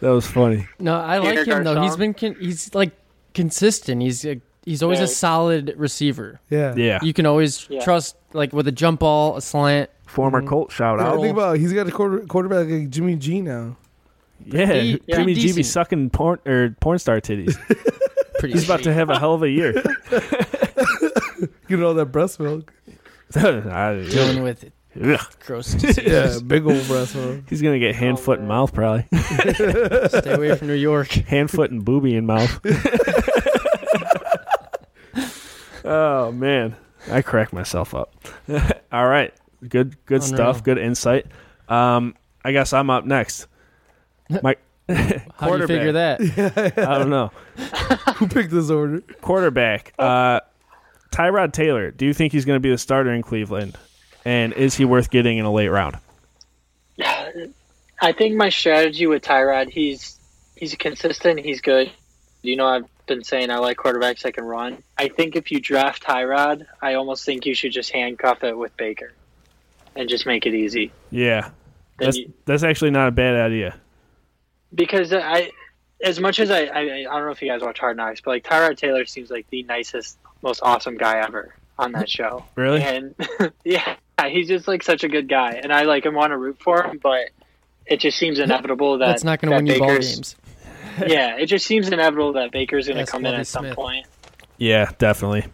S1: that was funny.
S3: No, I like
S4: Peter
S3: him though. He's
S4: Garcon?
S3: been con- he's like consistent. He's a he's always a
S4: Right.
S3: solid receiver.
S2: Yeah.
S1: Yeah.
S3: You can always
S4: Yeah.
S3: trust like with a jump ball, a slant.
S5: Former Colt shout
S2: I
S5: out.
S2: think about it, he's got a quarter, quarterback like Jimmy G now.
S1: Yeah.
S3: Pretty-
S1: Jimmy
S3: pretty
S1: G be
S3: decent.
S1: sucking porn or porn star titties.
S3: Pretty
S1: He's about to have a hell of a year.
S2: You know that breast milk.
S1: I-
S3: dealing with
S1: ugh.
S3: gross diseases.
S2: Yeah, big old breast milk.
S1: He's gonna get hand,
S4: Oh,
S1: foot, and
S4: man.
S1: mouth probably.
S3: Stay away from New York.
S1: hand, foot, and booby and mouth. oh man, I cracked myself up. All right, good, good stuff.
S3: Unreal.
S1: Good insight. Um, I guess I'm up next. My
S3: How do you figure that?
S1: I don't know.
S2: Who picked this order?
S1: Quarterback, uh, Tyrod Taylor. Do you think he's going to be the starter in Cleveland? And is he worth getting in a late round?
S4: I think my strategy with Tyrod, he's he's consistent, he's good. You know, I've been saying I like quarterbacks that can run. I think if you draft Tyrod, I almost think you should just handcuff it with Baker, and just make it easy.
S1: Yeah,
S4: Then
S1: that's
S4: you-
S1: that's actually not a bad idea.
S4: because I, as much as I, I, I don't know if you guys watch Hard Knocks, but like Tyrod Taylor seems like the nicest, most awesome guy ever on that show.
S1: Really?
S4: And yeah, he's just like such a good guy, and I like I want to root for him, but it just seems inevitable that
S3: That's not going to
S4: that
S3: win you ball
S4: Baker's-
S3: games.
S4: yeah, it just seems inevitable that Baker's going to
S3: Yes,
S4: come in
S3: Lovie
S4: at some
S3: Smith.
S4: point.
S1: Yeah, definitely.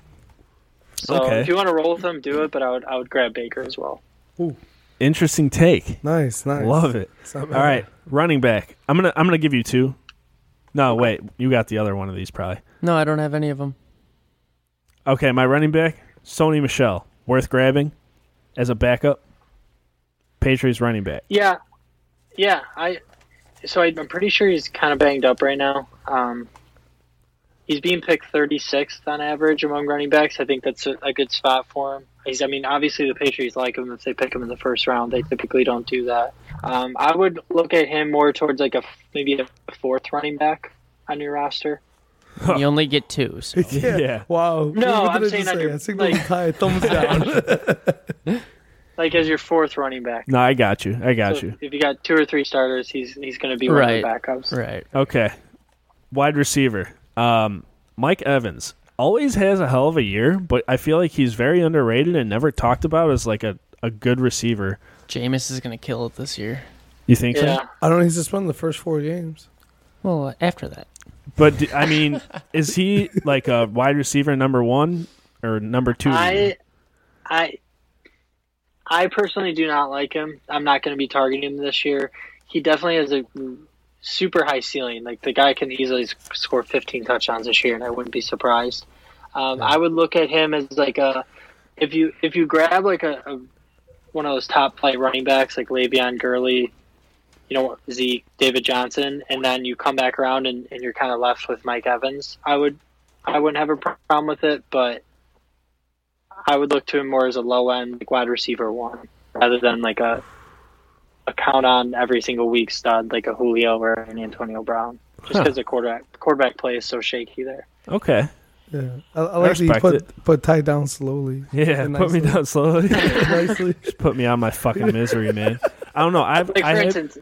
S4: So
S1: Okay.
S4: if you want to roll with him, do it. But I would I would grab Baker as well.
S1: Interesting take.
S2: Nice, nice.
S1: Love it.
S2: It's not
S1: All
S2: bad.
S1: right, running back. I'm gonna I'm gonna give you two. No, wait, you got the other one of these probably.
S3: No, I don't have any of them.
S1: Okay, my running back, Sony Michelle, worth grabbing as a backup. Patriots running back.
S4: Yeah, yeah. I so I, I'm pretty sure he's kind of banged up right now. Um, he's being picked 36th on average among running backs. I think that's a, a good spot for him. He's, I mean, obviously the Patriots like him if they pick him in the first round. They typically don't do that. Um, I would look at him more towards like a maybe a fourth running back on your roster.
S3: You only get two. So.
S2: Yeah.
S1: Yeah.
S2: Wow.
S4: No,
S2: What
S4: I'm
S2: did I
S4: saying
S2: just
S4: I
S2: say?
S4: could,
S2: I signaled
S4: like-
S2: high, thumbs down.
S4: Like as your fourth running back.
S1: No, I got you. I got
S4: So
S1: you.
S4: If you got two or three starters, he's he's going to be one
S3: Right.
S4: of the backups.
S3: Right.
S1: Okay. Wide receiver. Um, Mike Evans always has a hell of a year, but I feel like he's very underrated and never talked about as like a, a good receiver.
S3: Jameis is going to kill it this year.
S1: You think so?
S4: Yeah,
S2: I don't know. He's suspended the first four games.
S3: Well, after that.
S1: But d- I mean, is he like a wide receiver number one or number two?
S4: I, I, I personally do not like him. I'm not going to be targeting him this year. He definitely has a super high ceiling. Like the guy can easily s- score 15 touchdowns this year, and I wouldn't be surprised. Um, I would look at him as like a if you if you grab like a, a one of those top flight running backs like Le'Veon Gurley, you know Zeke, David Johnson, and then you come back around and, and you're kind of left with Mike Evans. I would I wouldn't have a problem with it, but I would look to him more as a low end like wide receiver one rather than like a a count on every single week stud like a Julio or an Antonio Brown. Just
S1: Huh.
S4: because the quarterback quarterback play is so shaky there.
S1: Okay.
S2: Yeah. I, I like that you
S1: respect
S2: put,
S1: it.
S2: put Ty down slowly.
S1: Yeah,
S2: And
S1: put me
S2: nicely.
S1: down slowly.
S2: Nicely.
S1: Just put me on my fucking misery, man. I don't know. I've,
S4: Like for
S1: I had-
S4: instance,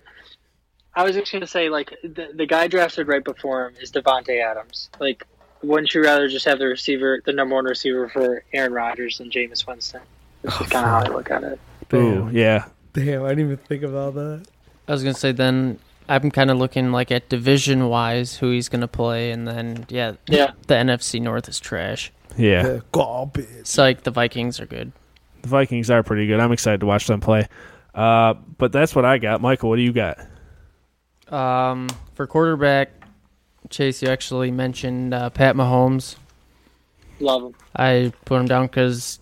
S4: I was just gonna say like the the guy drafted right before him is Devonte Adams. Like, wouldn't you rather just have the receiver, the number one receiver for Aaron Rodgers than Jameis Winston?
S1: Oh,
S4: That's just kind of how I look at it.
S1: ooh, yeah.
S2: Damn, I didn't even think about that.
S3: I was going to say then I'm kind of looking like at division wise who he's going to play. And then, yeah,
S4: Yeah.
S3: the NFC North is trash.
S1: yeah,
S2: Yeah. Garbage.
S3: It's like the Vikings are good.
S1: The Vikings are pretty good. I'm excited to watch them play. Uh, but that's what I got, Michael. What do you got?
S3: Um, for quarterback, Chase, you actually mentioned uh, Pat Mahomes.
S4: Love him.
S3: I put him down because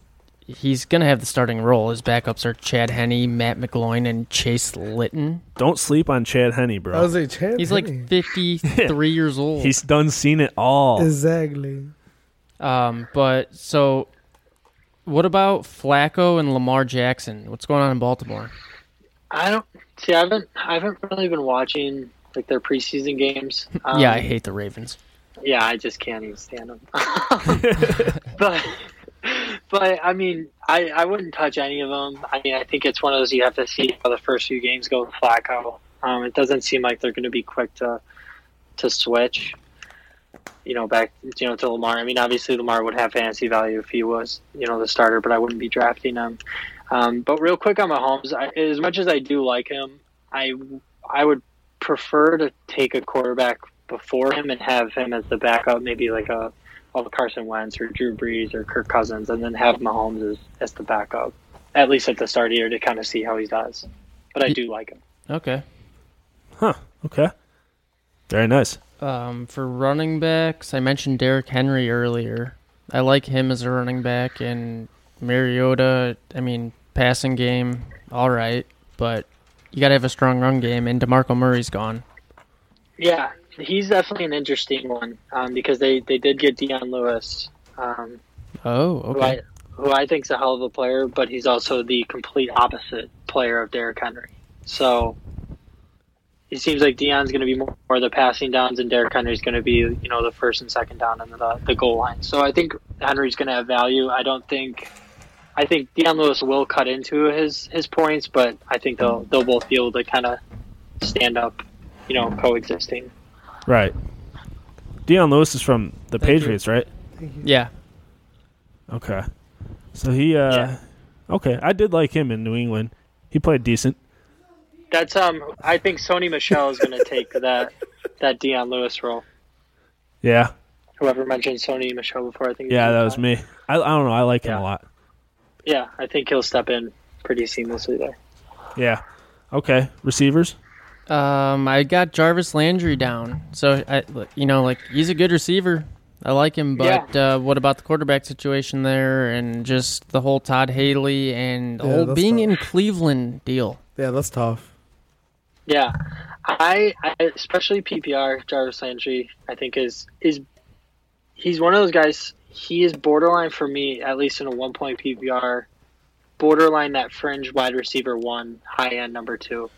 S3: he's going to have the starting role. His backups are Chad Henney, Matt McGloin, and Chase Litton.
S1: Don't sleep on Chad Henney,
S2: I
S1: bro.
S2: was a champ.
S3: He's like 53 years old.
S1: He's done seen it all.
S2: Exactly.
S3: Um, but so, what about Flacco and Lamar Jackson? What's going on in Baltimore?
S4: I don't see. I haven't. I haven't really been watching like their preseason games. Um,
S3: yeah, I hate the Ravens.
S4: yeah. I just can't even stand them. but, but I mean, I I wouldn't touch any of them. I mean, I think it's one of those you have to see how the first few games go with Flacco. Um, it doesn't seem like they're going to be quick to to switch. you know, back you know to Lamar. I mean, obviously Lamar would have fantasy value if he was you know the starter, but I wouldn't be drafting him. Um, but real quick on Mahomes, I, as much as I do like him, I I would prefer to take a quarterback before him and have him as the backup, maybe like a, a Carson Wentz or Drew Brees or Kirk Cousins, and then have Mahomes as, as the backup, at least at the start of the year to kind of see how he does. But I do like him.
S3: Okay.
S1: Huh. Okay. Very nice.
S3: Um, for running backs, I mentioned Derrick Henry earlier. I like him as a running back, and Mariota. I mean, passing game, all right, but you gotta have a strong run game, and Demarco Murray's gone.
S4: Yeah, he's definitely an interesting one um, because they, they did get Deion Lewis, um,
S3: Oh,
S4: who, I,
S3: okay.
S4: who I think's a hell of a player, but he's also the complete opposite player of Derrick Henry. So it seems like Dion's going to be more, more the passing downs, and Derrick Henry's going to be you know the first and second down and the the goal line. So I think Henry's going to have value. I don't think. I think Deion Lewis will cut into his, his points, but I think they'll they'll both be able to kind of stand up, you know, coexisting.
S1: Right. Deion Lewis is from the
S3: Thank you.
S1: Patriots, right?
S3: Yeah.
S1: Okay. So he. uh
S4: Yeah.
S1: Okay, I did like him in New England. He played decent.
S4: That's um. I think Sony Michelle is going to take that that Dion Lewis role.
S1: Yeah.
S4: Whoever mentioned Sony Michelle before, I think.
S1: Yeah, that was me. I, I don't know. I like him
S4: Yeah.
S1: a lot.
S4: Yeah, I think he'll step in pretty seamlessly there.
S1: Yeah. Okay. Receivers.
S3: Um, I got Jarvis Landry down, so I, you know, like he's a good receiver. I like him, but uh, what about the quarterback situation there, and just the whole Todd Haley and the
S2: Yeah,
S3: whole
S2: that's
S3: being
S2: tough.
S3: in Cleveland deal?
S2: Yeah, that's tough.
S4: Yeah, I, I especially PPR Jarvis Landry. I think is is he's one of those guys. He is borderline for me, at least in a one point PPR, borderline that fringe wide receiver one, high end number two.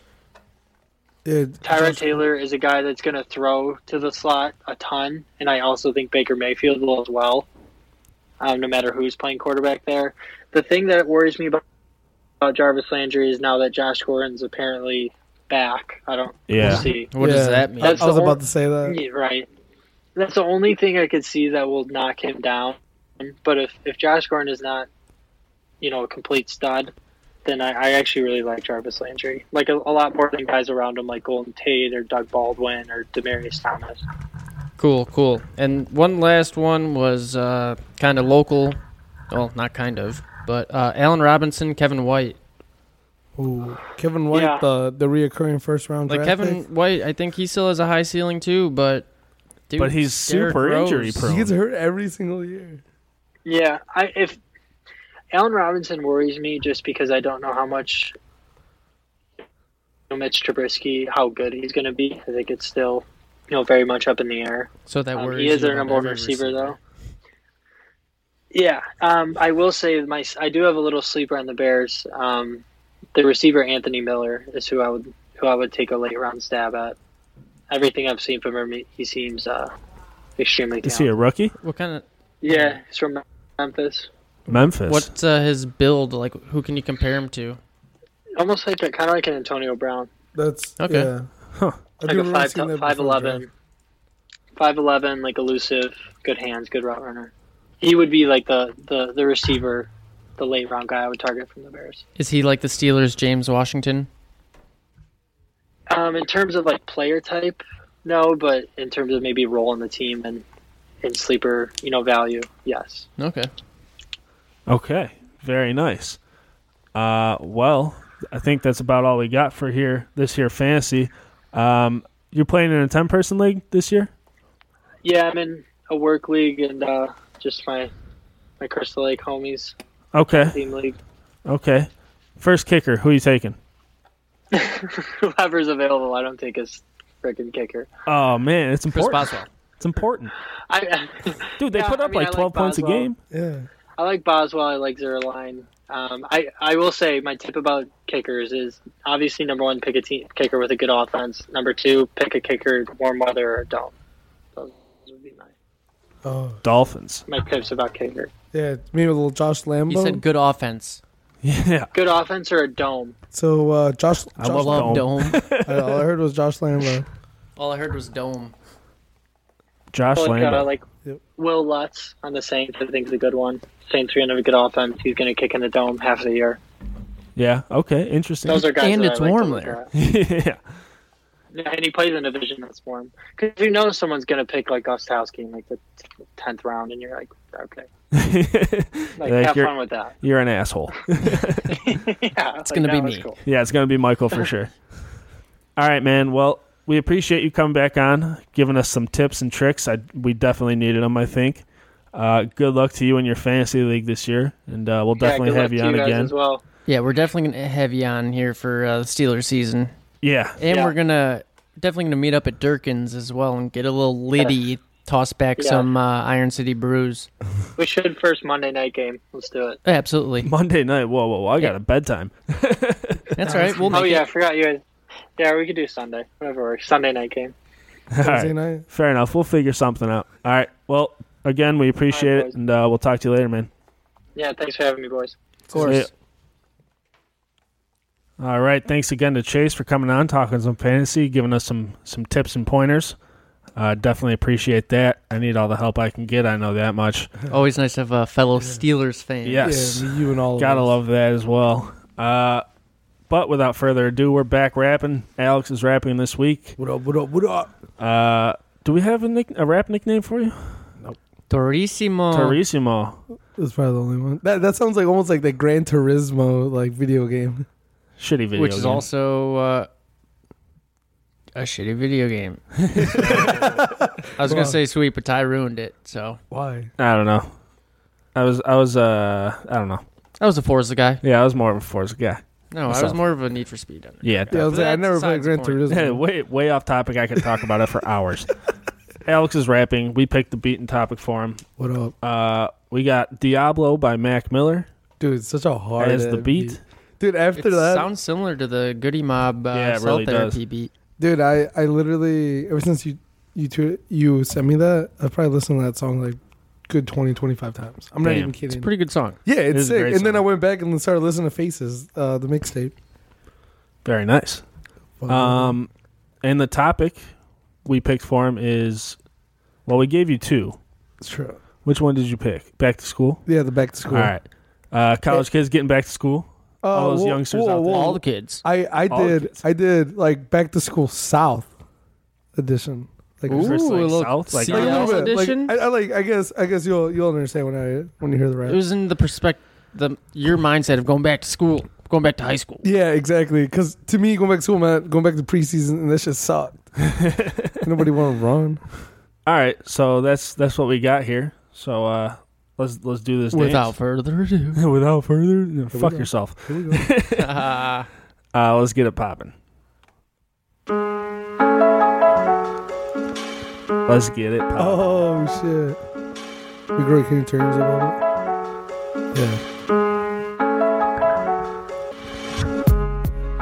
S2: Yeah,
S4: Tyron Taylor is a guy that's going to throw to the slot a ton, and I also think Baker Mayfield will as well, um, no matter who's playing quarterback there. The thing that worries me about, about Jarvis Landry is now that Josh Gordon's apparently back. I don't
S1: Yeah.
S4: see.
S3: What does
S2: Yeah.
S3: that mean?
S2: I
S4: That's-
S2: was
S4: the
S2: about
S4: or-
S2: to say that.
S4: Yeah, right. That's the only thing I could see that will knock him down. But if, if Josh Gordon is not, you know, a complete stud, then I, I actually really like Jarvis Landry. Like a, a lot more than guys around him like Golden Tate or Doug Baldwin or Demarius Thomas.
S3: Cool, cool. And one last one was uh, kind of local. Well, not kind of, but uh, Allen Robinson, Kevin White.
S2: Ooh. Kevin White,
S4: Yeah.
S2: the the reoccurring first round
S3: Like
S2: draft
S3: Kevin
S2: pick.
S3: White, I think he still has a high ceiling too, but dude,
S1: But he's
S3: it's Derrick
S1: super
S3: Rose.
S1: injury prone.
S2: He gets hurt every single year.
S4: Yeah, I if Allen Robinson worries me just because I don't know how much you know, Mitch Trubisky, how good he's going to be. I think it's still, you know, very much up in the air.
S3: So that
S4: Um,
S3: worries
S4: he is
S3: you
S4: their
S3: about
S4: number one
S3: every
S4: receiver, though. Yeah, um, I will say my I do have a little sleeper on the Bears. Um, the receiver Anthony Miller is who I would who I would take a late round stab at. Everything I've seen from him, he seems uh, extremely
S1: Is he
S4: talented.
S1: a rookie?
S3: What kind of
S4: Yeah, he's from Memphis.
S1: Memphis.
S3: what's uh, his build like? Who can you compare him to?
S4: Almost like a kind of like an Antonio Brown,
S2: That's
S3: Okay.
S2: Yeah.
S1: Huh.
S2: I do
S4: like a
S2: remember
S4: five
S2: seeing that
S4: five
S2: before the
S4: eleven,
S2: draft.
S4: five eleven, like elusive, good hands, good route runner. He would be like the the the receiver, the late round guy I would target from the Bears.
S3: Is he like the Steelers' James Washington?
S4: Um, in terms of like player type, no, but in terms of maybe role on the team and and sleeper, you know, value, yes.
S3: Okay.
S1: Okay. Very nice. Uh, well, I think that's about all we got for here this year fantasy. Um, you're playing in a ten person league this year?
S4: Yeah, I'm in a work league and uh, just my my Crystal Lake homies
S1: Okay.
S4: team league,
S1: Okay. First kicker, who you taking?
S4: whoever's available. I don't think is freaking kicker.
S1: Oh man, it's
S3: Chris
S1: important.
S3: Boswell.
S1: It's important.
S4: I
S1: Dude, they
S4: Yeah,
S1: put
S4: I
S1: up
S4: mean, I
S1: like
S4: like
S1: twelve points a
S4: Boswell.
S1: game.
S2: Yeah.
S4: I like Boswell. I like Zerline. Um, I I will say my tip about kickers is obviously number one, pick a team, kicker with a good offense. Number two, pick a kicker, warm weather or don't. Those would be my
S2: Oh.
S1: Dolphins.
S4: my tips about kicker.
S2: Yeah. Maybe a little Josh Lambo.
S3: He said good offense.
S1: Yeah.
S4: Good offense or a dome?
S2: so uh, Josh. Josh
S1: I love
S3: Love
S1: Dome.
S3: dome.
S2: I- all I heard was Josh Lambo.
S3: All I heard was dome.
S1: Josh
S4: like
S1: Lambo.
S4: uh, like
S2: Yep.
S4: Will Lutz on the Saints. I think is a good one. Saints are going to have a good offense. He's going to kick in the dome half of the year.
S1: yeah. Okay. Interesting.
S4: Those are guys.
S3: And
S4: that I
S3: it's
S4: like to
S3: warm
S4: look
S3: there.
S4: at.
S1: yeah.
S4: Yeah, and he plays in a division that's warm. Because you know someone's going to pick like Gostowski in like the tenth round, and you're like, okay, like,
S1: Like,
S4: have
S1: you're-
S4: fun with that.
S1: You're an asshole.
S4: yeah, it's
S3: gonna be me.
S4: Cool.
S1: Yeah, it's going to be Michael for sure. All right, man. Well, we appreciate you coming back on, giving us some tips and tricks. I we definitely needed them. I think. Uh, good luck to you in your fantasy league this year, and uh, we'll definitely
S4: yeah,
S1: have
S4: good luck
S1: you
S4: to
S1: on
S4: guys
S1: again.
S4: as well.
S3: Yeah, we're definitely gonna have you on here for uh, the Steelers season,
S1: Yeah,
S3: and
S4: Yeah.
S3: we're gonna definitely gonna meet up at Durkin's as well and get a little liddy, toss back
S4: Yeah.
S3: some uh, Iron City brews.
S4: We should first Monday night game. Let's do it.
S3: Absolutely,
S1: Monday night. Whoa, whoa, whoa! I got a bedtime.
S3: that's all right. We'll
S4: oh
S3: make
S4: yeah, I
S3: it.
S4: forgot you guys. Yeah, we could do Sunday. Whatever works. Sunday night game.
S1: All
S2: Wednesday
S1: right,
S2: night.
S1: fair enough. We'll figure something out. All right. Well, again, we appreciate it,
S4: boys.
S1: and uh, we'll talk to you later, man.
S4: Yeah, thanks for having me, boys.
S2: Of
S1: See
S2: course.
S1: ya. All right. Thanks again to Chase for coming on, talking some fantasy, giving us some some tips and pointers. Uh, definitely appreciate that. I need all the help I can get. I know that much.
S3: Always nice to have a fellow Steelers fan.
S1: Yeah. Yes.
S2: Yeah, me, you and all
S1: Gotta
S2: of us.
S1: love that as well. Uh, but without further ado, we're back rapping. Alex is rapping this week.
S2: What up, what up, what up?
S1: Uh, do we have a, nick- a rap nickname for you?
S3: Dorissimo.
S1: Torissimo.
S2: That's probably the only one. That that sounds like almost like that Gran Turismo like video game.
S1: Shitty video.
S3: which is
S1: game.
S3: also uh, a shitty video game. I was gonna
S2: Wow.
S3: say sweet, but Ty ruined it. So
S2: Why?
S1: I don't know. I was I was uh I don't know.
S3: I was a Forza guy.
S1: Yeah, I was more of a Forza guy.
S3: No, I
S1: Myself.
S3: was more of a Need for Speed. Under.
S1: Yeah,
S2: Yeah, I was like, I
S3: That's
S2: never played
S3: besides the
S2: Gran
S3: point.
S1: Hey,
S2: Turismo.
S1: way way off topic. I could talk about it for hours. Alex is rapping. We picked the beaten topic for him.
S2: what up,
S1: Uh, we got Diablo by Mac Miller
S2: dude? It's such a hard
S1: as the
S2: uh,
S1: beat.
S2: dude. After
S3: It
S2: that,
S3: sounds similar to the Goody Mob uh,
S1: Yeah, it
S3: cell
S1: really does.
S3: therapy beat.
S2: dude, I I literally ever since you you two, you sent me that, I've probably listened to that song like good 20, 25 times. I'm not
S1: Damn.
S2: even
S1: It's
S2: kidding.
S3: It's a pretty good song.
S2: yeah,
S1: It
S2: it's
S1: is a
S2: sick.
S1: great
S2: And then I
S1: song.
S2: went back and started listening to Faces, uh, the mixtape.
S1: Very nice.
S2: Fuck.
S1: Um, and the topic we picked for him is well, we gave you two.
S2: it's true.
S1: Which one did you pick? Back to school.
S2: Yeah, the back to school.
S1: All right. Uh, college kids getting back to school.
S2: Uh,
S1: All those
S2: whoa,
S1: youngsters
S2: whoa,
S1: out there.
S2: whoa.
S3: All the kids.
S2: I I
S1: All the
S2: did
S1: kids.
S2: I did like back to school South edition. Like
S3: Ooh,
S1: versus, like,
S3: a little
S1: South, like,
S2: Like, a
S3: CL
S2: little bit. Like,
S3: edition.
S2: I, I like. I guess. I guess you'll you'll understand when I when you hear the rap.
S3: it was in the perspective, the your mindset of going back to school, going back to high school.
S2: yeah, exactly. Because to me, going back to school, man, going back to preseason, and that shit sucked. Nobody want to run
S1: All right. So that's that's what we got here. So uh, let's let's do this dance.
S3: Without further ado,
S1: without further no, fuck
S2: go.
S1: yourself.
S2: Here we go.
S1: Uh, let's get it popping. Let's get it popping.
S2: oh shit! We grew. Can you turn yours up a little bit? Yeah.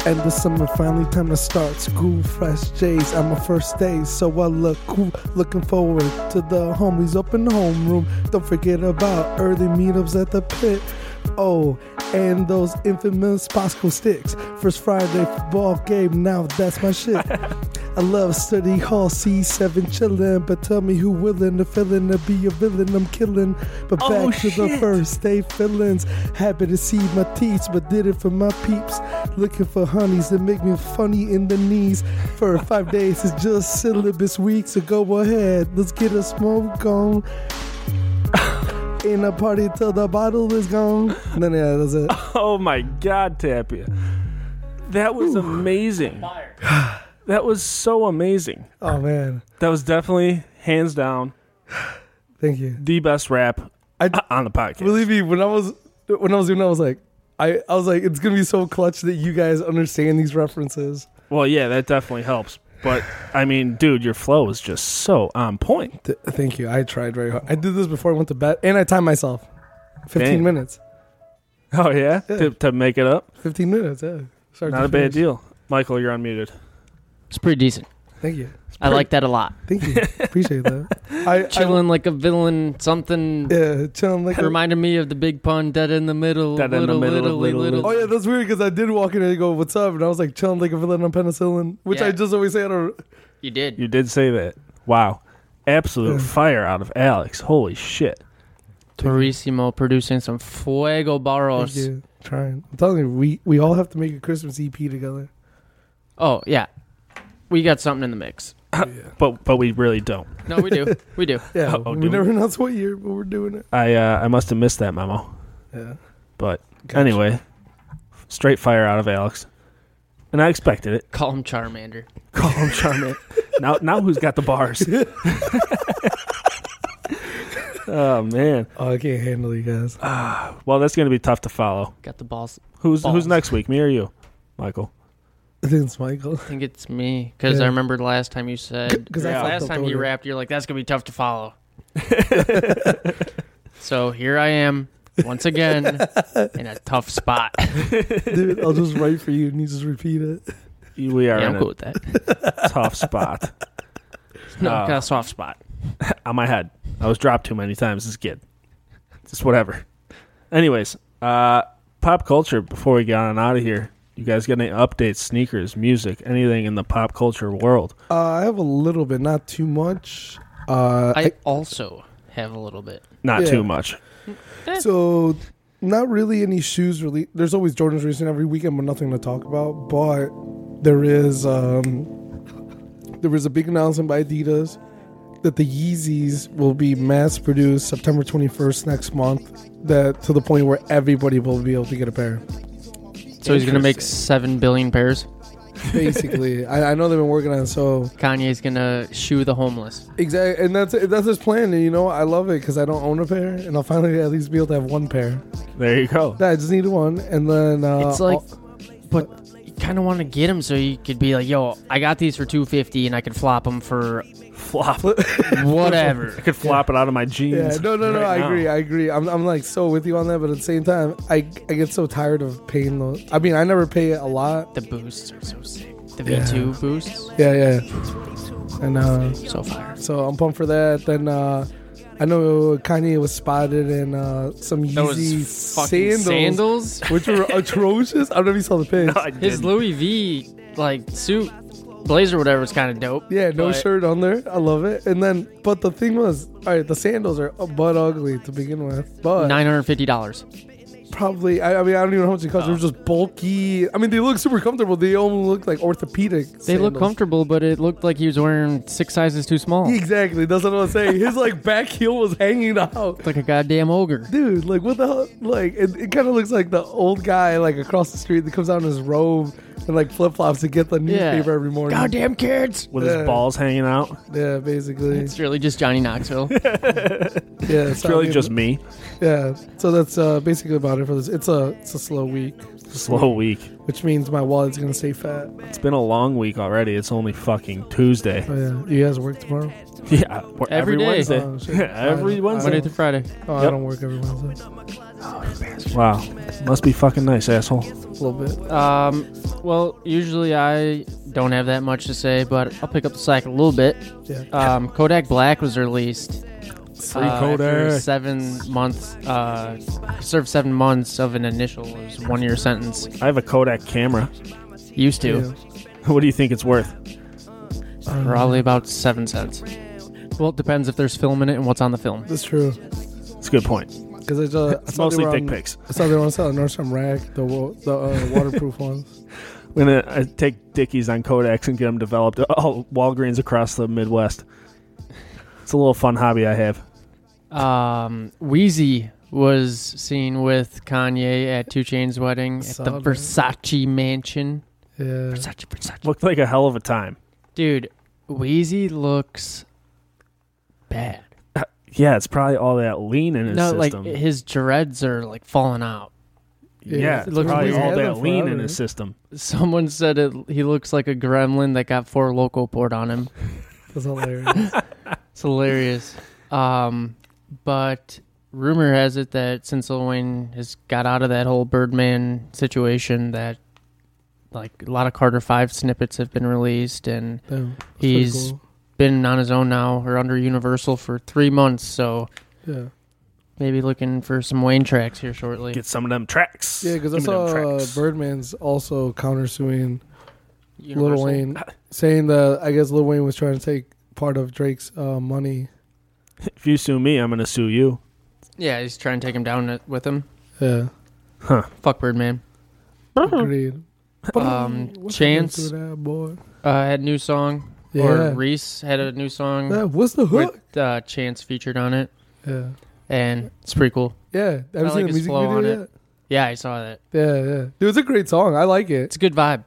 S2: And the summer finally time to start school. Fresh J's on my first day, so I look cool. Looking forward to the homies up in the homeroom. Don't forget about early meetups at the pit. Oh, and those infamous Pasco sticks. First Friday football game, now that's my shit. I love study hall C7 chillin', but tell me who willin' to fillin' to be a villain I'm killing. But back
S1: Oh,
S2: to the
S1: shit.
S2: first day feelings. Happy to see my teeth, but did it for my peeps. Looking for honeys that make me funny in the knees. For five days, it's just syllabus week, so go ahead, let's get a smoke on. In a party till the bottle is gone. And then yeah, that's it.
S1: Oh, my god, Tapia. That was amazing. That was so amazing.
S2: Oh man,
S1: That was definitely hands down
S2: thank you.
S1: the best rap
S2: I-
S1: on the podcast.
S2: Believe me, when I was when I was doing, that, I was like, I, I was like, it's gonna be so clutch that you guys understand these references.
S1: Well, yeah, that definitely helps. But I mean, dude, your flow is just so on point.
S2: Th- thank you. I tried very hard. I did this before I went to bed, and I timed myself.
S1: Damn.
S2: Fifteen minutes.
S1: Oh yeah,
S2: Yeah.
S1: To, to make it up,
S2: Fifteen minutes. Yeah. Start
S1: not
S2: to
S1: a bad
S2: finish.
S1: deal. Michael, you're unmuted.
S3: it's pretty decent.
S2: Thank you.
S3: I like that a lot.
S2: Thank you. Appreciate that. I, I
S3: Chilling like a villain, something
S2: yeah, chilling like.
S3: It
S2: a-
S3: reminded me of the big pun dead in the middle,
S1: Dead in the
S3: little,
S1: middle,
S3: little,
S1: little,
S3: little,
S1: little.
S2: Oh yeah, that's weird because I did walk in and go, "What's up?" and I was like chilling like a villain on penicillin, which I
S3: Yeah.
S2: just always say. I don't.
S3: You did.
S1: You did say that. Wow. absolute fire out of Alex. Holy shit.
S3: Torissimo producing some fuego
S2: Thank
S3: barros.
S2: you. Trying. I'm telling you, we, we all have to make a Christmas EP together.
S3: Oh yeah, we got something in the mix.
S1: But but we really don't.
S3: No, we do. we do.
S2: Yeah,
S1: Uh-oh,
S2: we
S1: dude.
S2: never announced what year, but we're doing it.
S1: I uh, I must have missed that memo.
S2: Yeah.
S1: But
S2: Gotcha.
S1: anyway, straight fire out of Alex. And I expected it.
S3: Call him Charmander.
S1: Call him Charmander. now now who's got the bars? oh man.
S2: Oh, I can't handle you guys.
S1: Well, that's going to be tough to follow.
S3: Got the balls.
S1: Who's who's
S3: Balls.
S1: next week? Me or you? Michael.
S2: I think it's Michael.
S3: I think it's me because
S2: Yeah.
S3: I remembered last time you said.
S2: 'Cause I
S1: Yeah.
S2: fucked
S3: last
S2: up
S3: time
S2: the
S3: you
S2: order.
S3: rapped, you're like, "That's gonna be tough to follow." so here I am once again in a tough spot.
S2: Dude, I'll just write for you and you just repeat it.
S1: You- We are
S3: yeah,
S1: in
S3: I'm
S1: a
S3: cool with that.
S1: tough spot.
S3: No,
S1: Uh,
S3: got a soft spot.
S1: on my head. I was dropped too many times as a kid. Just whatever. Anyways, uh, pop culture. Before we get on out of here, you guys got any updates? Sneakers, music, anything in the pop culture world?
S2: Uh, I have a little bit, not too much. Uh,
S3: I also have a little bit.
S1: Not
S2: Yeah.
S1: too much.
S2: So, not really any shoes. Really, there's always Jordan's releasing every weekend, but nothing to talk about. But there is um, there was a big announcement by Adidas that the Yeezys will be mass produced September 21st next month. That to the point where everybody will be able to get a pair.
S3: So he's gonna make
S1: Interesting.
S3: seven billion pairs.
S2: Basically, I, I know they've been working on it, so
S3: Kanye's gonna shoe the homeless.
S2: exactly, and that's that's his plan. And you know, I love it because I don't own a pair, and I'll finally at least be able to have one pair.
S1: There you go.
S2: I just need one, and then uh,
S3: It's like,
S2: I'll-
S3: but you kind of want to get them so you could be like, "Yo, I got these for two fifty, and I could flop them for
S1: Flop. I
S3: whatever."
S1: could flop it out of my
S2: Yeah,
S1: jeans.
S2: no, no, no.
S1: right
S2: I
S1: now.
S2: agree. I agree. I'm, I'm like so with you on that, but at the same time, I, I get so tired of paying those. I mean, I never pay a lot.
S3: the boosts are so sick. The V two boosts,
S2: Yeah, yeah. And uh,
S3: so fire.
S2: so I'm pumped for that. Then uh, I know Kanye was spotted in uh, some
S3: That was
S2: Yeezy
S3: fucking
S2: sandals,
S3: sandals.
S2: which were atrocious. I don't know if you saw the pitch.
S1: No, I didn't.
S3: His Louis V like suit, blazer, whatever was kind of dope.
S2: Yeah, no
S3: but
S2: shirt on there. I love it. And then, but the thing was, all right, the sandals are butt ugly to begin with, but
S3: Nine hundred fifty dollars.
S2: Probably. I, I mean, I don't even know how much it costs. They were just bulky. I mean, they look super comfortable. They almost look like orthopedic.
S3: They look
S2: sandals.
S3: comfortable, but it looked like he was wearing six sizes too small.
S2: Exactly. That's what I was saying. His like back heel was hanging out.
S3: Like a goddamn ogre.
S2: Dude, like what the hell? Like it, it kind of looks like the old guy like across the street that comes out in his robe and like flip flops to get the newspaper every morning.
S3: Goddamn kids.
S1: With
S2: Yeah.
S1: his balls hanging out.
S2: Yeah, basically.
S3: It's really just Johnny Knoxville.
S2: yeah,
S1: It's really just me.
S2: yeah. So that's uh, basically about it for this. It's a it's a slow week,
S1: Slow week.
S2: which means my wallet's gonna stay fat.
S1: It's been a long week already. It's only fucking Tuesday.
S2: Oh yeah, you guys work tomorrow.
S1: Yeah. we're-
S3: Every day.
S1: Wednesday.
S2: Oh, shit.
S1: every
S2: I-
S1: Wednesday.
S3: Monday through Friday.
S2: Oh, I
S1: Yep.
S2: don't work every Wednesday.
S1: Wow. Must be fucking nice, asshole.
S2: A little bit.
S3: Um, well, usually I don't have that much to say, but I'll pick up the slack a little bit.
S2: Yeah.
S3: Um, Kodak Black was released.
S1: Free
S3: uh, after seven months. Uh, served seven months of an initial it was one year sentence.
S1: I have a Kodak camera.
S3: Used to
S1: What do you think it's worth?
S2: Um,
S3: probably about seven cents. Well, it depends if there's film in it and what's on the film.
S2: That's true.
S1: It's a good point.
S2: Because I, saw- I
S1: It's
S2: saw they
S1: mostly
S2: were
S1: dick
S2: on-
S1: pics.
S2: I saw they were on sale at Nordstrom Rack, the wa- the uh, waterproof ones.
S1: We're gonna uh, take Dickies on Kodaks and get them developed. uh, All Walgreens across the Midwest. It's a little fun hobby I have.
S3: Um, Wheezy was seen with Kanye at Two Chain's wedding at
S2: Saw
S3: the
S2: that.
S3: Versace mansion.
S2: Yeah.
S3: Versace, Versace.
S1: Looked like a hell of a time.
S3: Dude, Wheezy looks bad.
S1: Yeah, it's probably all that lean in his
S3: No,
S1: system.
S3: like his dreads are like falling out.
S1: yeah,
S2: Yeah,
S1: it's
S2: it
S3: looks
S1: probably
S3: like he's
S1: all
S2: had
S1: that
S2: them
S1: lean in
S2: forever.
S1: his system.
S3: Someone said it, he looks like a gremlin that got four loco poured on him.
S2: That's hilarious.
S3: It's hilarious. um, but rumor has it that since Lil Wayne has got out of that whole Birdman situation, that like a lot of Carter Five snippets have been released and
S2: Damn, that's pretty
S3: he's
S2: cool.
S3: been on his own now or under Universal for three months. So
S2: Yeah.
S3: maybe looking for some Wayne tracks here shortly.
S1: Get some of them tracks.
S2: Yeah, because I
S1: Give me
S2: saw
S1: them
S2: uh,
S1: tracks.
S2: Birdman's also countersuing Lil
S3: Universal.
S2: Wayne, saying that I guess Lil Wayne was trying to take part of Drake's uh, money.
S1: If you sue me, I'm going to sue you.
S3: Yeah, he's trying to take him down with him.
S2: Yeah,
S3: Fuck Bird Man.
S2: Uh, agreed.
S3: Um,
S2: What's
S3: Chance.
S2: the hook to that, boy?
S3: Uh, had a new song.
S2: Yeah.
S3: Or Reese had a new song
S2: Yeah, what's the hook?
S3: with uh, Chance featured on it,
S2: Yeah,
S3: and it's pretty cool.
S2: yeah. Have you
S3: I
S2: seen
S3: like
S2: the
S3: his
S2: music
S3: flow
S2: video
S3: on it.
S2: yet?
S3: Yeah, I saw that.
S2: Yeah, yeah. Dude, it's a great song. I like it.
S3: It's a good vibe.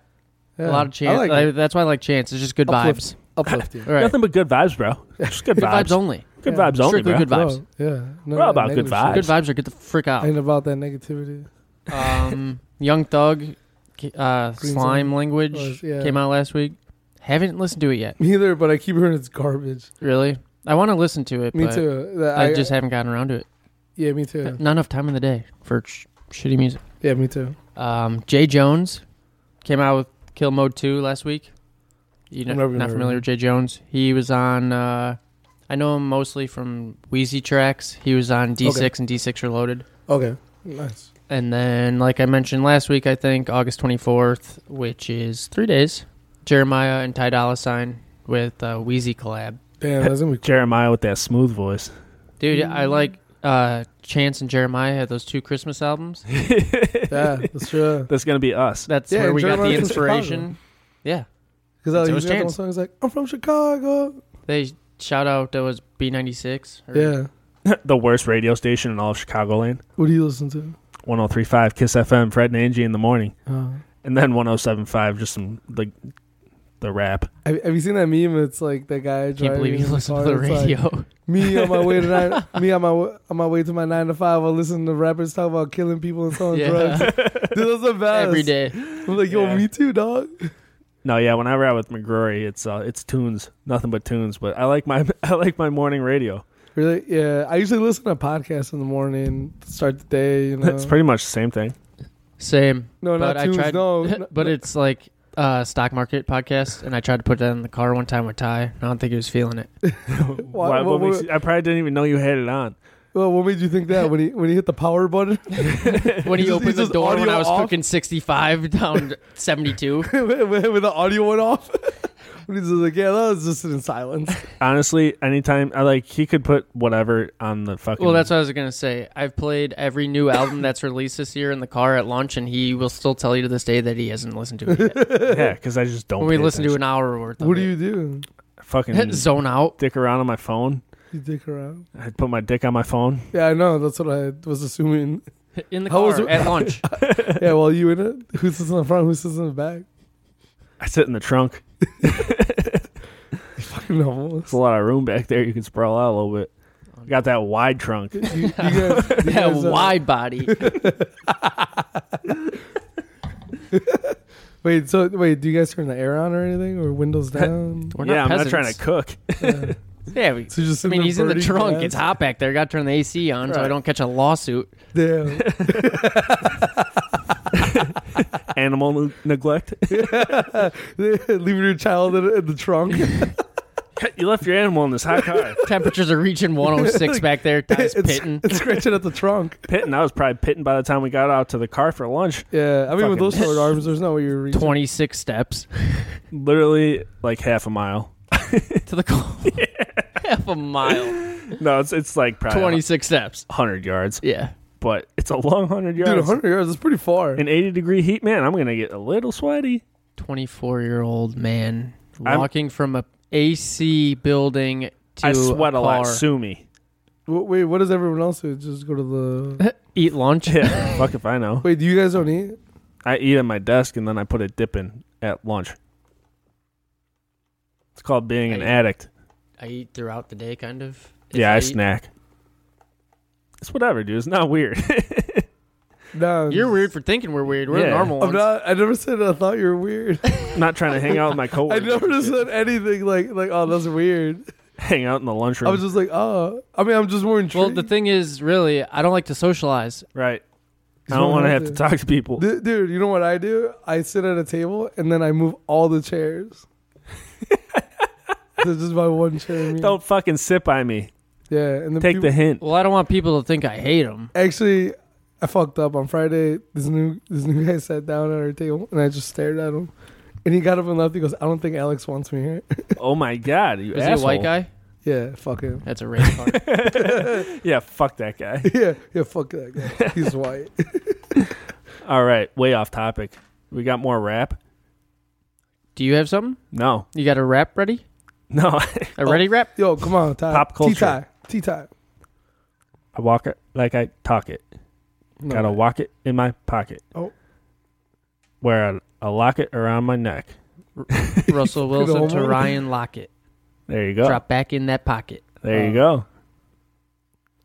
S2: Yeah.
S3: A lot of
S2: I
S3: chance.
S2: like
S3: I-
S2: it.
S3: that's why I like chance. It's just good
S2: Uplift.
S3: vibes.
S2: Uplifting.
S3: All right.
S1: Nothing but good vibes, bro. Just good,
S3: good
S1: vibes.
S3: vibes only.
S1: Good
S2: Yeah.
S1: vibes only,
S3: Strictly
S1: bro.
S3: good vibes.
S2: Bro, yeah. No,
S1: We're all about good vibes.
S3: Good vibes are get the frick out.
S2: Ain't about that negativity.
S3: Um, Young Thug, uh,
S2: Green
S3: Slime
S2: Zone.
S3: Language
S2: Was- yeah.
S3: came out last week. Haven't listened to it yet.
S2: Me either, but I keep hearing it's garbage.
S3: Really, I want to listen to it.
S2: Me
S3: but
S2: too. That
S3: I, just haven't gotten around to it.
S2: yeah, me too.
S3: Not enough time in the day for sh- shitty music.
S2: Yeah, me too.
S3: Um, Jay Jones came out with Kill Mode Two last week. You know,
S2: I'm never gonna
S3: not
S2: hear
S3: familiar
S2: him.
S3: with Jay Jones? He was on. Uh, I know him mostly from Wheezy tracks. He was on D6
S2: Okay.
S3: and D6 Reloaded.
S2: Okay, nice.
S3: And then, like I mentioned last week, I think August 24th, which is three days, Jeremiah and Ty Dolla Sign with uh, Wheezy collab.
S2: Damn, that's gonna be cool.
S1: Jeremiah with that smooth voice.
S3: Dude, I
S2: Mm.
S3: like uh, Chance and Jeremiah had those two Christmas albums.
S2: yeah, that's true.
S1: That's going to be us.
S3: That's
S2: Yeah,
S3: where we got
S2: Jeremiah's
S3: the
S2: from
S3: inspiration. Yeah,
S2: Because
S3: So
S2: I
S3: is
S2: was
S3: Chance.
S2: one song. He's like, I'm from Chicago.
S3: they shout out that was B96. or-
S2: Yeah.
S1: the worst radio station in all of Chicagoland.
S2: What do you listen to?
S1: 1035 Kiss FM, Fred and Angie in the morning.
S2: Uh,
S1: And then 1075, just some, like, the rap.
S2: have, have you seen that meme? It's like that guy.
S3: Can't
S2: driving
S3: believe
S2: in
S3: you
S2: his
S3: listen to
S2: car,
S3: the
S2: it's like,
S3: radio.
S2: me on my way to nine. me on my w- on my way to my nine to five. I listen to rappers talk about killing people and selling drugs.
S3: yeah,
S2: Dude, that's the best.
S3: every day.
S2: I'm like, yo,
S1: Yeah.
S2: me too, dog.
S1: No, yeah, when I rap with McGrory, it's uh, it's tunes, nothing but tunes. But I like my I like my morning radio.
S2: Really? Yeah. I usually listen to podcasts in the morning to start the day. You know,
S1: It's pretty much the same thing.
S3: Same.
S2: no,
S3: but
S2: not tunes.
S3: I tried,
S2: no, no,
S3: but it's like uh, stock market podcast, and I tried to put that in the car one time with Ty. and I don't think he was feeling it.
S1: Why- what
S2: what-
S1: makes- I probably didn't even know you had it on.
S2: Well, what made you think that when he when he hit the power button?
S3: When he
S2: He's-
S3: opened
S2: he's
S3: the
S2: just
S3: door when
S2: audio
S3: I was
S2: off.
S3: cooking 65 down to 72.
S2: when when the audio went off. when he's just like, yeah, that was just in silence.
S1: Honestly, anytime I like, he could put whatever on the fucking.
S3: Well, that's what I was going to say. I've played every new album that's released this year in the car at lunch, and he will still tell you to this day that he hasn't listened to it yet.
S1: yeah, because I just don't.
S3: when we
S1: pay
S3: listen to
S1: attention.
S3: an hour worth of
S2: what do
S3: it.
S2: you do?
S1: fucking
S3: Zone out.
S1: dick around on my phone.
S2: You dick around.
S1: I put my dick on my phone.
S2: Yeah, I know. That's what I was assuming.
S3: In the
S2: How
S3: car
S2: was it-
S3: at lunch.
S2: yeah, well, you in it? Who sits in the front? Who sits in the back?
S1: I sit in the trunk.
S2: Fucking novels.
S1: There's a lot of room back there. You can sprawl out a little bit. Got that wide trunk.
S2: You, you guys, you
S3: Yeah,
S2: guys, uh,
S3: wide body.
S2: Wait, so wait, do you guys turn the air on or anything, or windows down?
S3: We're
S1: yeah,
S3: not
S1: I'm not trying
S3: peasants.
S1: to cook.
S2: yeah.
S3: Yeah, we,
S2: So just
S3: I mean,
S2: there
S3: he's in the
S2: burning
S3: trunk.
S2: glass?
S3: It's hot back there. Got to turn the AC on so I
S2: Right.
S3: don't catch a lawsuit.
S2: Damn.
S1: Animal n- neglect.
S2: Leaving your child in, in the trunk.
S1: you left your animal in this hot car.
S3: Temperatures are reaching 106 back there. Ty's
S2: it's,
S3: pitting.
S2: it's scratching at the trunk.
S1: Pitting. I was probably pitting by the time we got out to the car for lunch.
S2: Yeah, I mean,
S1: Fucking-
S2: with those short arms, there's no way you're reaching.
S3: 26 steps
S1: Literally like half a mile.
S3: to the car. Half a mile.
S1: No, it's it's like probably
S3: 26 steps.
S1: 100 yards,
S3: Yeah.
S1: but it's a long 100 yards.
S2: Dude, 100 yards is pretty far.
S1: In 80 degree heat, man, I'm going to get a little sweaty.
S3: 24 year old man
S1: I'm-
S3: walking from a AC building to
S1: I sweat a,
S3: a,
S1: lot.
S3: car.
S1: Sue me.
S2: W- wait, what does everyone else do? Just go to the.
S3: Eat lunch.
S1: Yeah, fuck if I know.
S2: Wait, do you guys don't eat?
S1: I eat at my desk and then I put a dip in at lunch. It's called being an
S3: I-
S1: addict.
S3: I eat throughout the day, kind of. If
S1: Yeah, I,
S3: eat-
S1: snack. It's whatever, dude. It's not weird.
S2: No,
S3: You're weird for thinking we're weird. We're
S1: Yeah.
S3: normal.
S2: I'm
S3: Ones.
S2: not. I never said I thought you were weird.
S1: I'm not trying to hang out with my
S2: I
S1: coworkers.
S2: never
S1: and shit.
S2: said anything like like oh that's weird.
S1: hang out in the
S2: I
S1: lunchroom.
S2: was just like oh. I mean, I'm just more intrigued.
S3: well, the thing is, really, I don't like to socialize.
S1: right.
S2: He's
S1: I don't
S2: going
S1: want to
S2: out
S1: have to
S2: there.
S1: talk to people.
S2: D- dude, you know what I do? I sit at a table and then I move all the chairs. There's just my one chair. Me.
S1: Don't fucking sit by me.
S2: yeah, and the
S1: Take the hint.
S3: Well, I don't want people to think I hate them.
S2: actually, I fucked up on Friday. This new this new guy sat down at our table and I just stared at him. And he got up and left. He goes, I don't think Alex wants me here.
S1: Oh my god, you
S3: Is he a
S1: asshole.
S3: white guy?
S2: yeah, fuck him.
S3: That's a race car.
S1: Yeah, fuck that guy.
S2: Yeah, yeah, fuck that guy. He's white.
S1: All right, way off topic. We got more rap.
S3: Do you have something?
S1: No,
S3: You got a rap ready?
S1: no.
S3: A ready rap?
S2: Yo, come on, Ty.
S1: Pop culture.
S2: T-Ty. T-Ty.
S1: I walk it like I talk it.
S2: No.
S1: Got to walk it in my pocket.
S2: Oh.
S1: Wear a, a locket around my neck.
S3: Russell Wilson to
S2: homo.
S3: Ryan Lockett.
S1: There you go.
S3: Drop back in that pocket.
S1: There you go.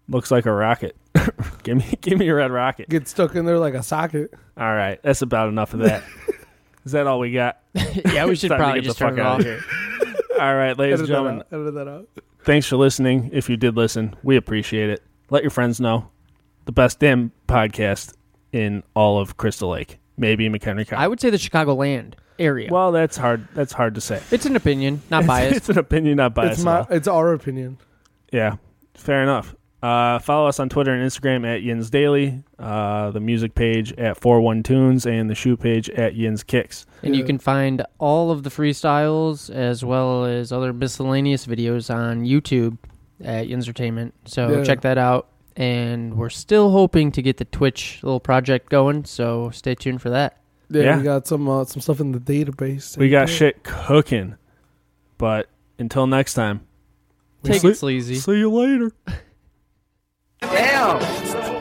S1: Looks like a rocket. give me, give me a red rocket.
S2: Get stuck in there like a socket.
S1: All right, that's about enough of that. Is that all we got?
S3: yeah, we should
S1: Time to
S3: probably
S1: get
S3: just
S1: the
S3: turn
S1: fuck
S3: it
S1: out
S3: off.
S1: of All right, ladies and
S2: Edit that,
S1: gentlemen,
S2: out. Edit that out.
S1: thanks for listening. If you did listen, we appreciate it. Let your friends know. The best damn podcast in all of Crystal Lake, maybe McHenry County.
S3: I would say the Chicagoland area.
S1: well,
S3: Well,
S1: that's hard. That's hard to say.
S3: it's an opinion, not biased.
S1: It's an opinion, not bias.
S2: It's my, it's our opinion.
S1: Yeah, fair enough. Uh, follow us on Twitter and Instagram at Yins Daily, uh, the music page at 41 Tunes, and the shoe page at Yins Kicks.
S3: and you
S2: Yeah.
S3: can find all of the freestyles as well as other miscellaneous videos on YouTube at Entertainment. So
S2: Yeah.
S3: check that out. And we're still hoping to get the Twitch little project going, so stay tuned for that.
S2: Yeah,
S1: Yeah.
S2: we got some uh, some stuff in the database.
S1: We got shit cooking. But until next time,
S3: Take
S1: sleep-
S3: it sleazy.
S1: see you later.
S5: Damn.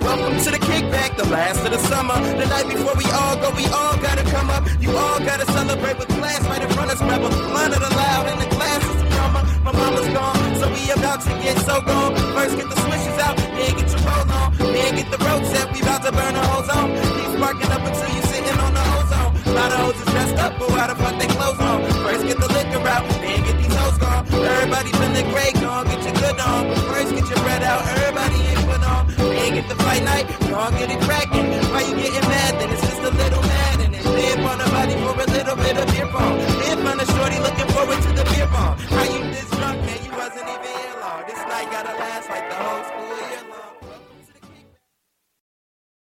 S5: Welcome to the kickback, the last of the summer. The night before we all go, we all gotta come up. You all gotta celebrate with class right in front of us, rebel. Monitor loud and the class is drama. My mama's gone, so we about to get so gone. First get the switches out, then get your roll on. Then get the road set, we about to burn the ozone. Keep sparking up until you sitting on the ozone. A lot of hoes is dressed up, but why the fuck they clothes on? First get the liquor out, then get these hoes gone. Everybody feeling great, gone, get your good on. First get your bread out, everybody ain't put on. Then get the fight night, gone, get it cracking. Why you getting mad? Then it's just a little mad. And then live on the body for a little bit of beer pong. Live on a shorty looking forward to the beer pong. How you this drunk, man? You wasn't even here long. This night gotta last like the whole school year long.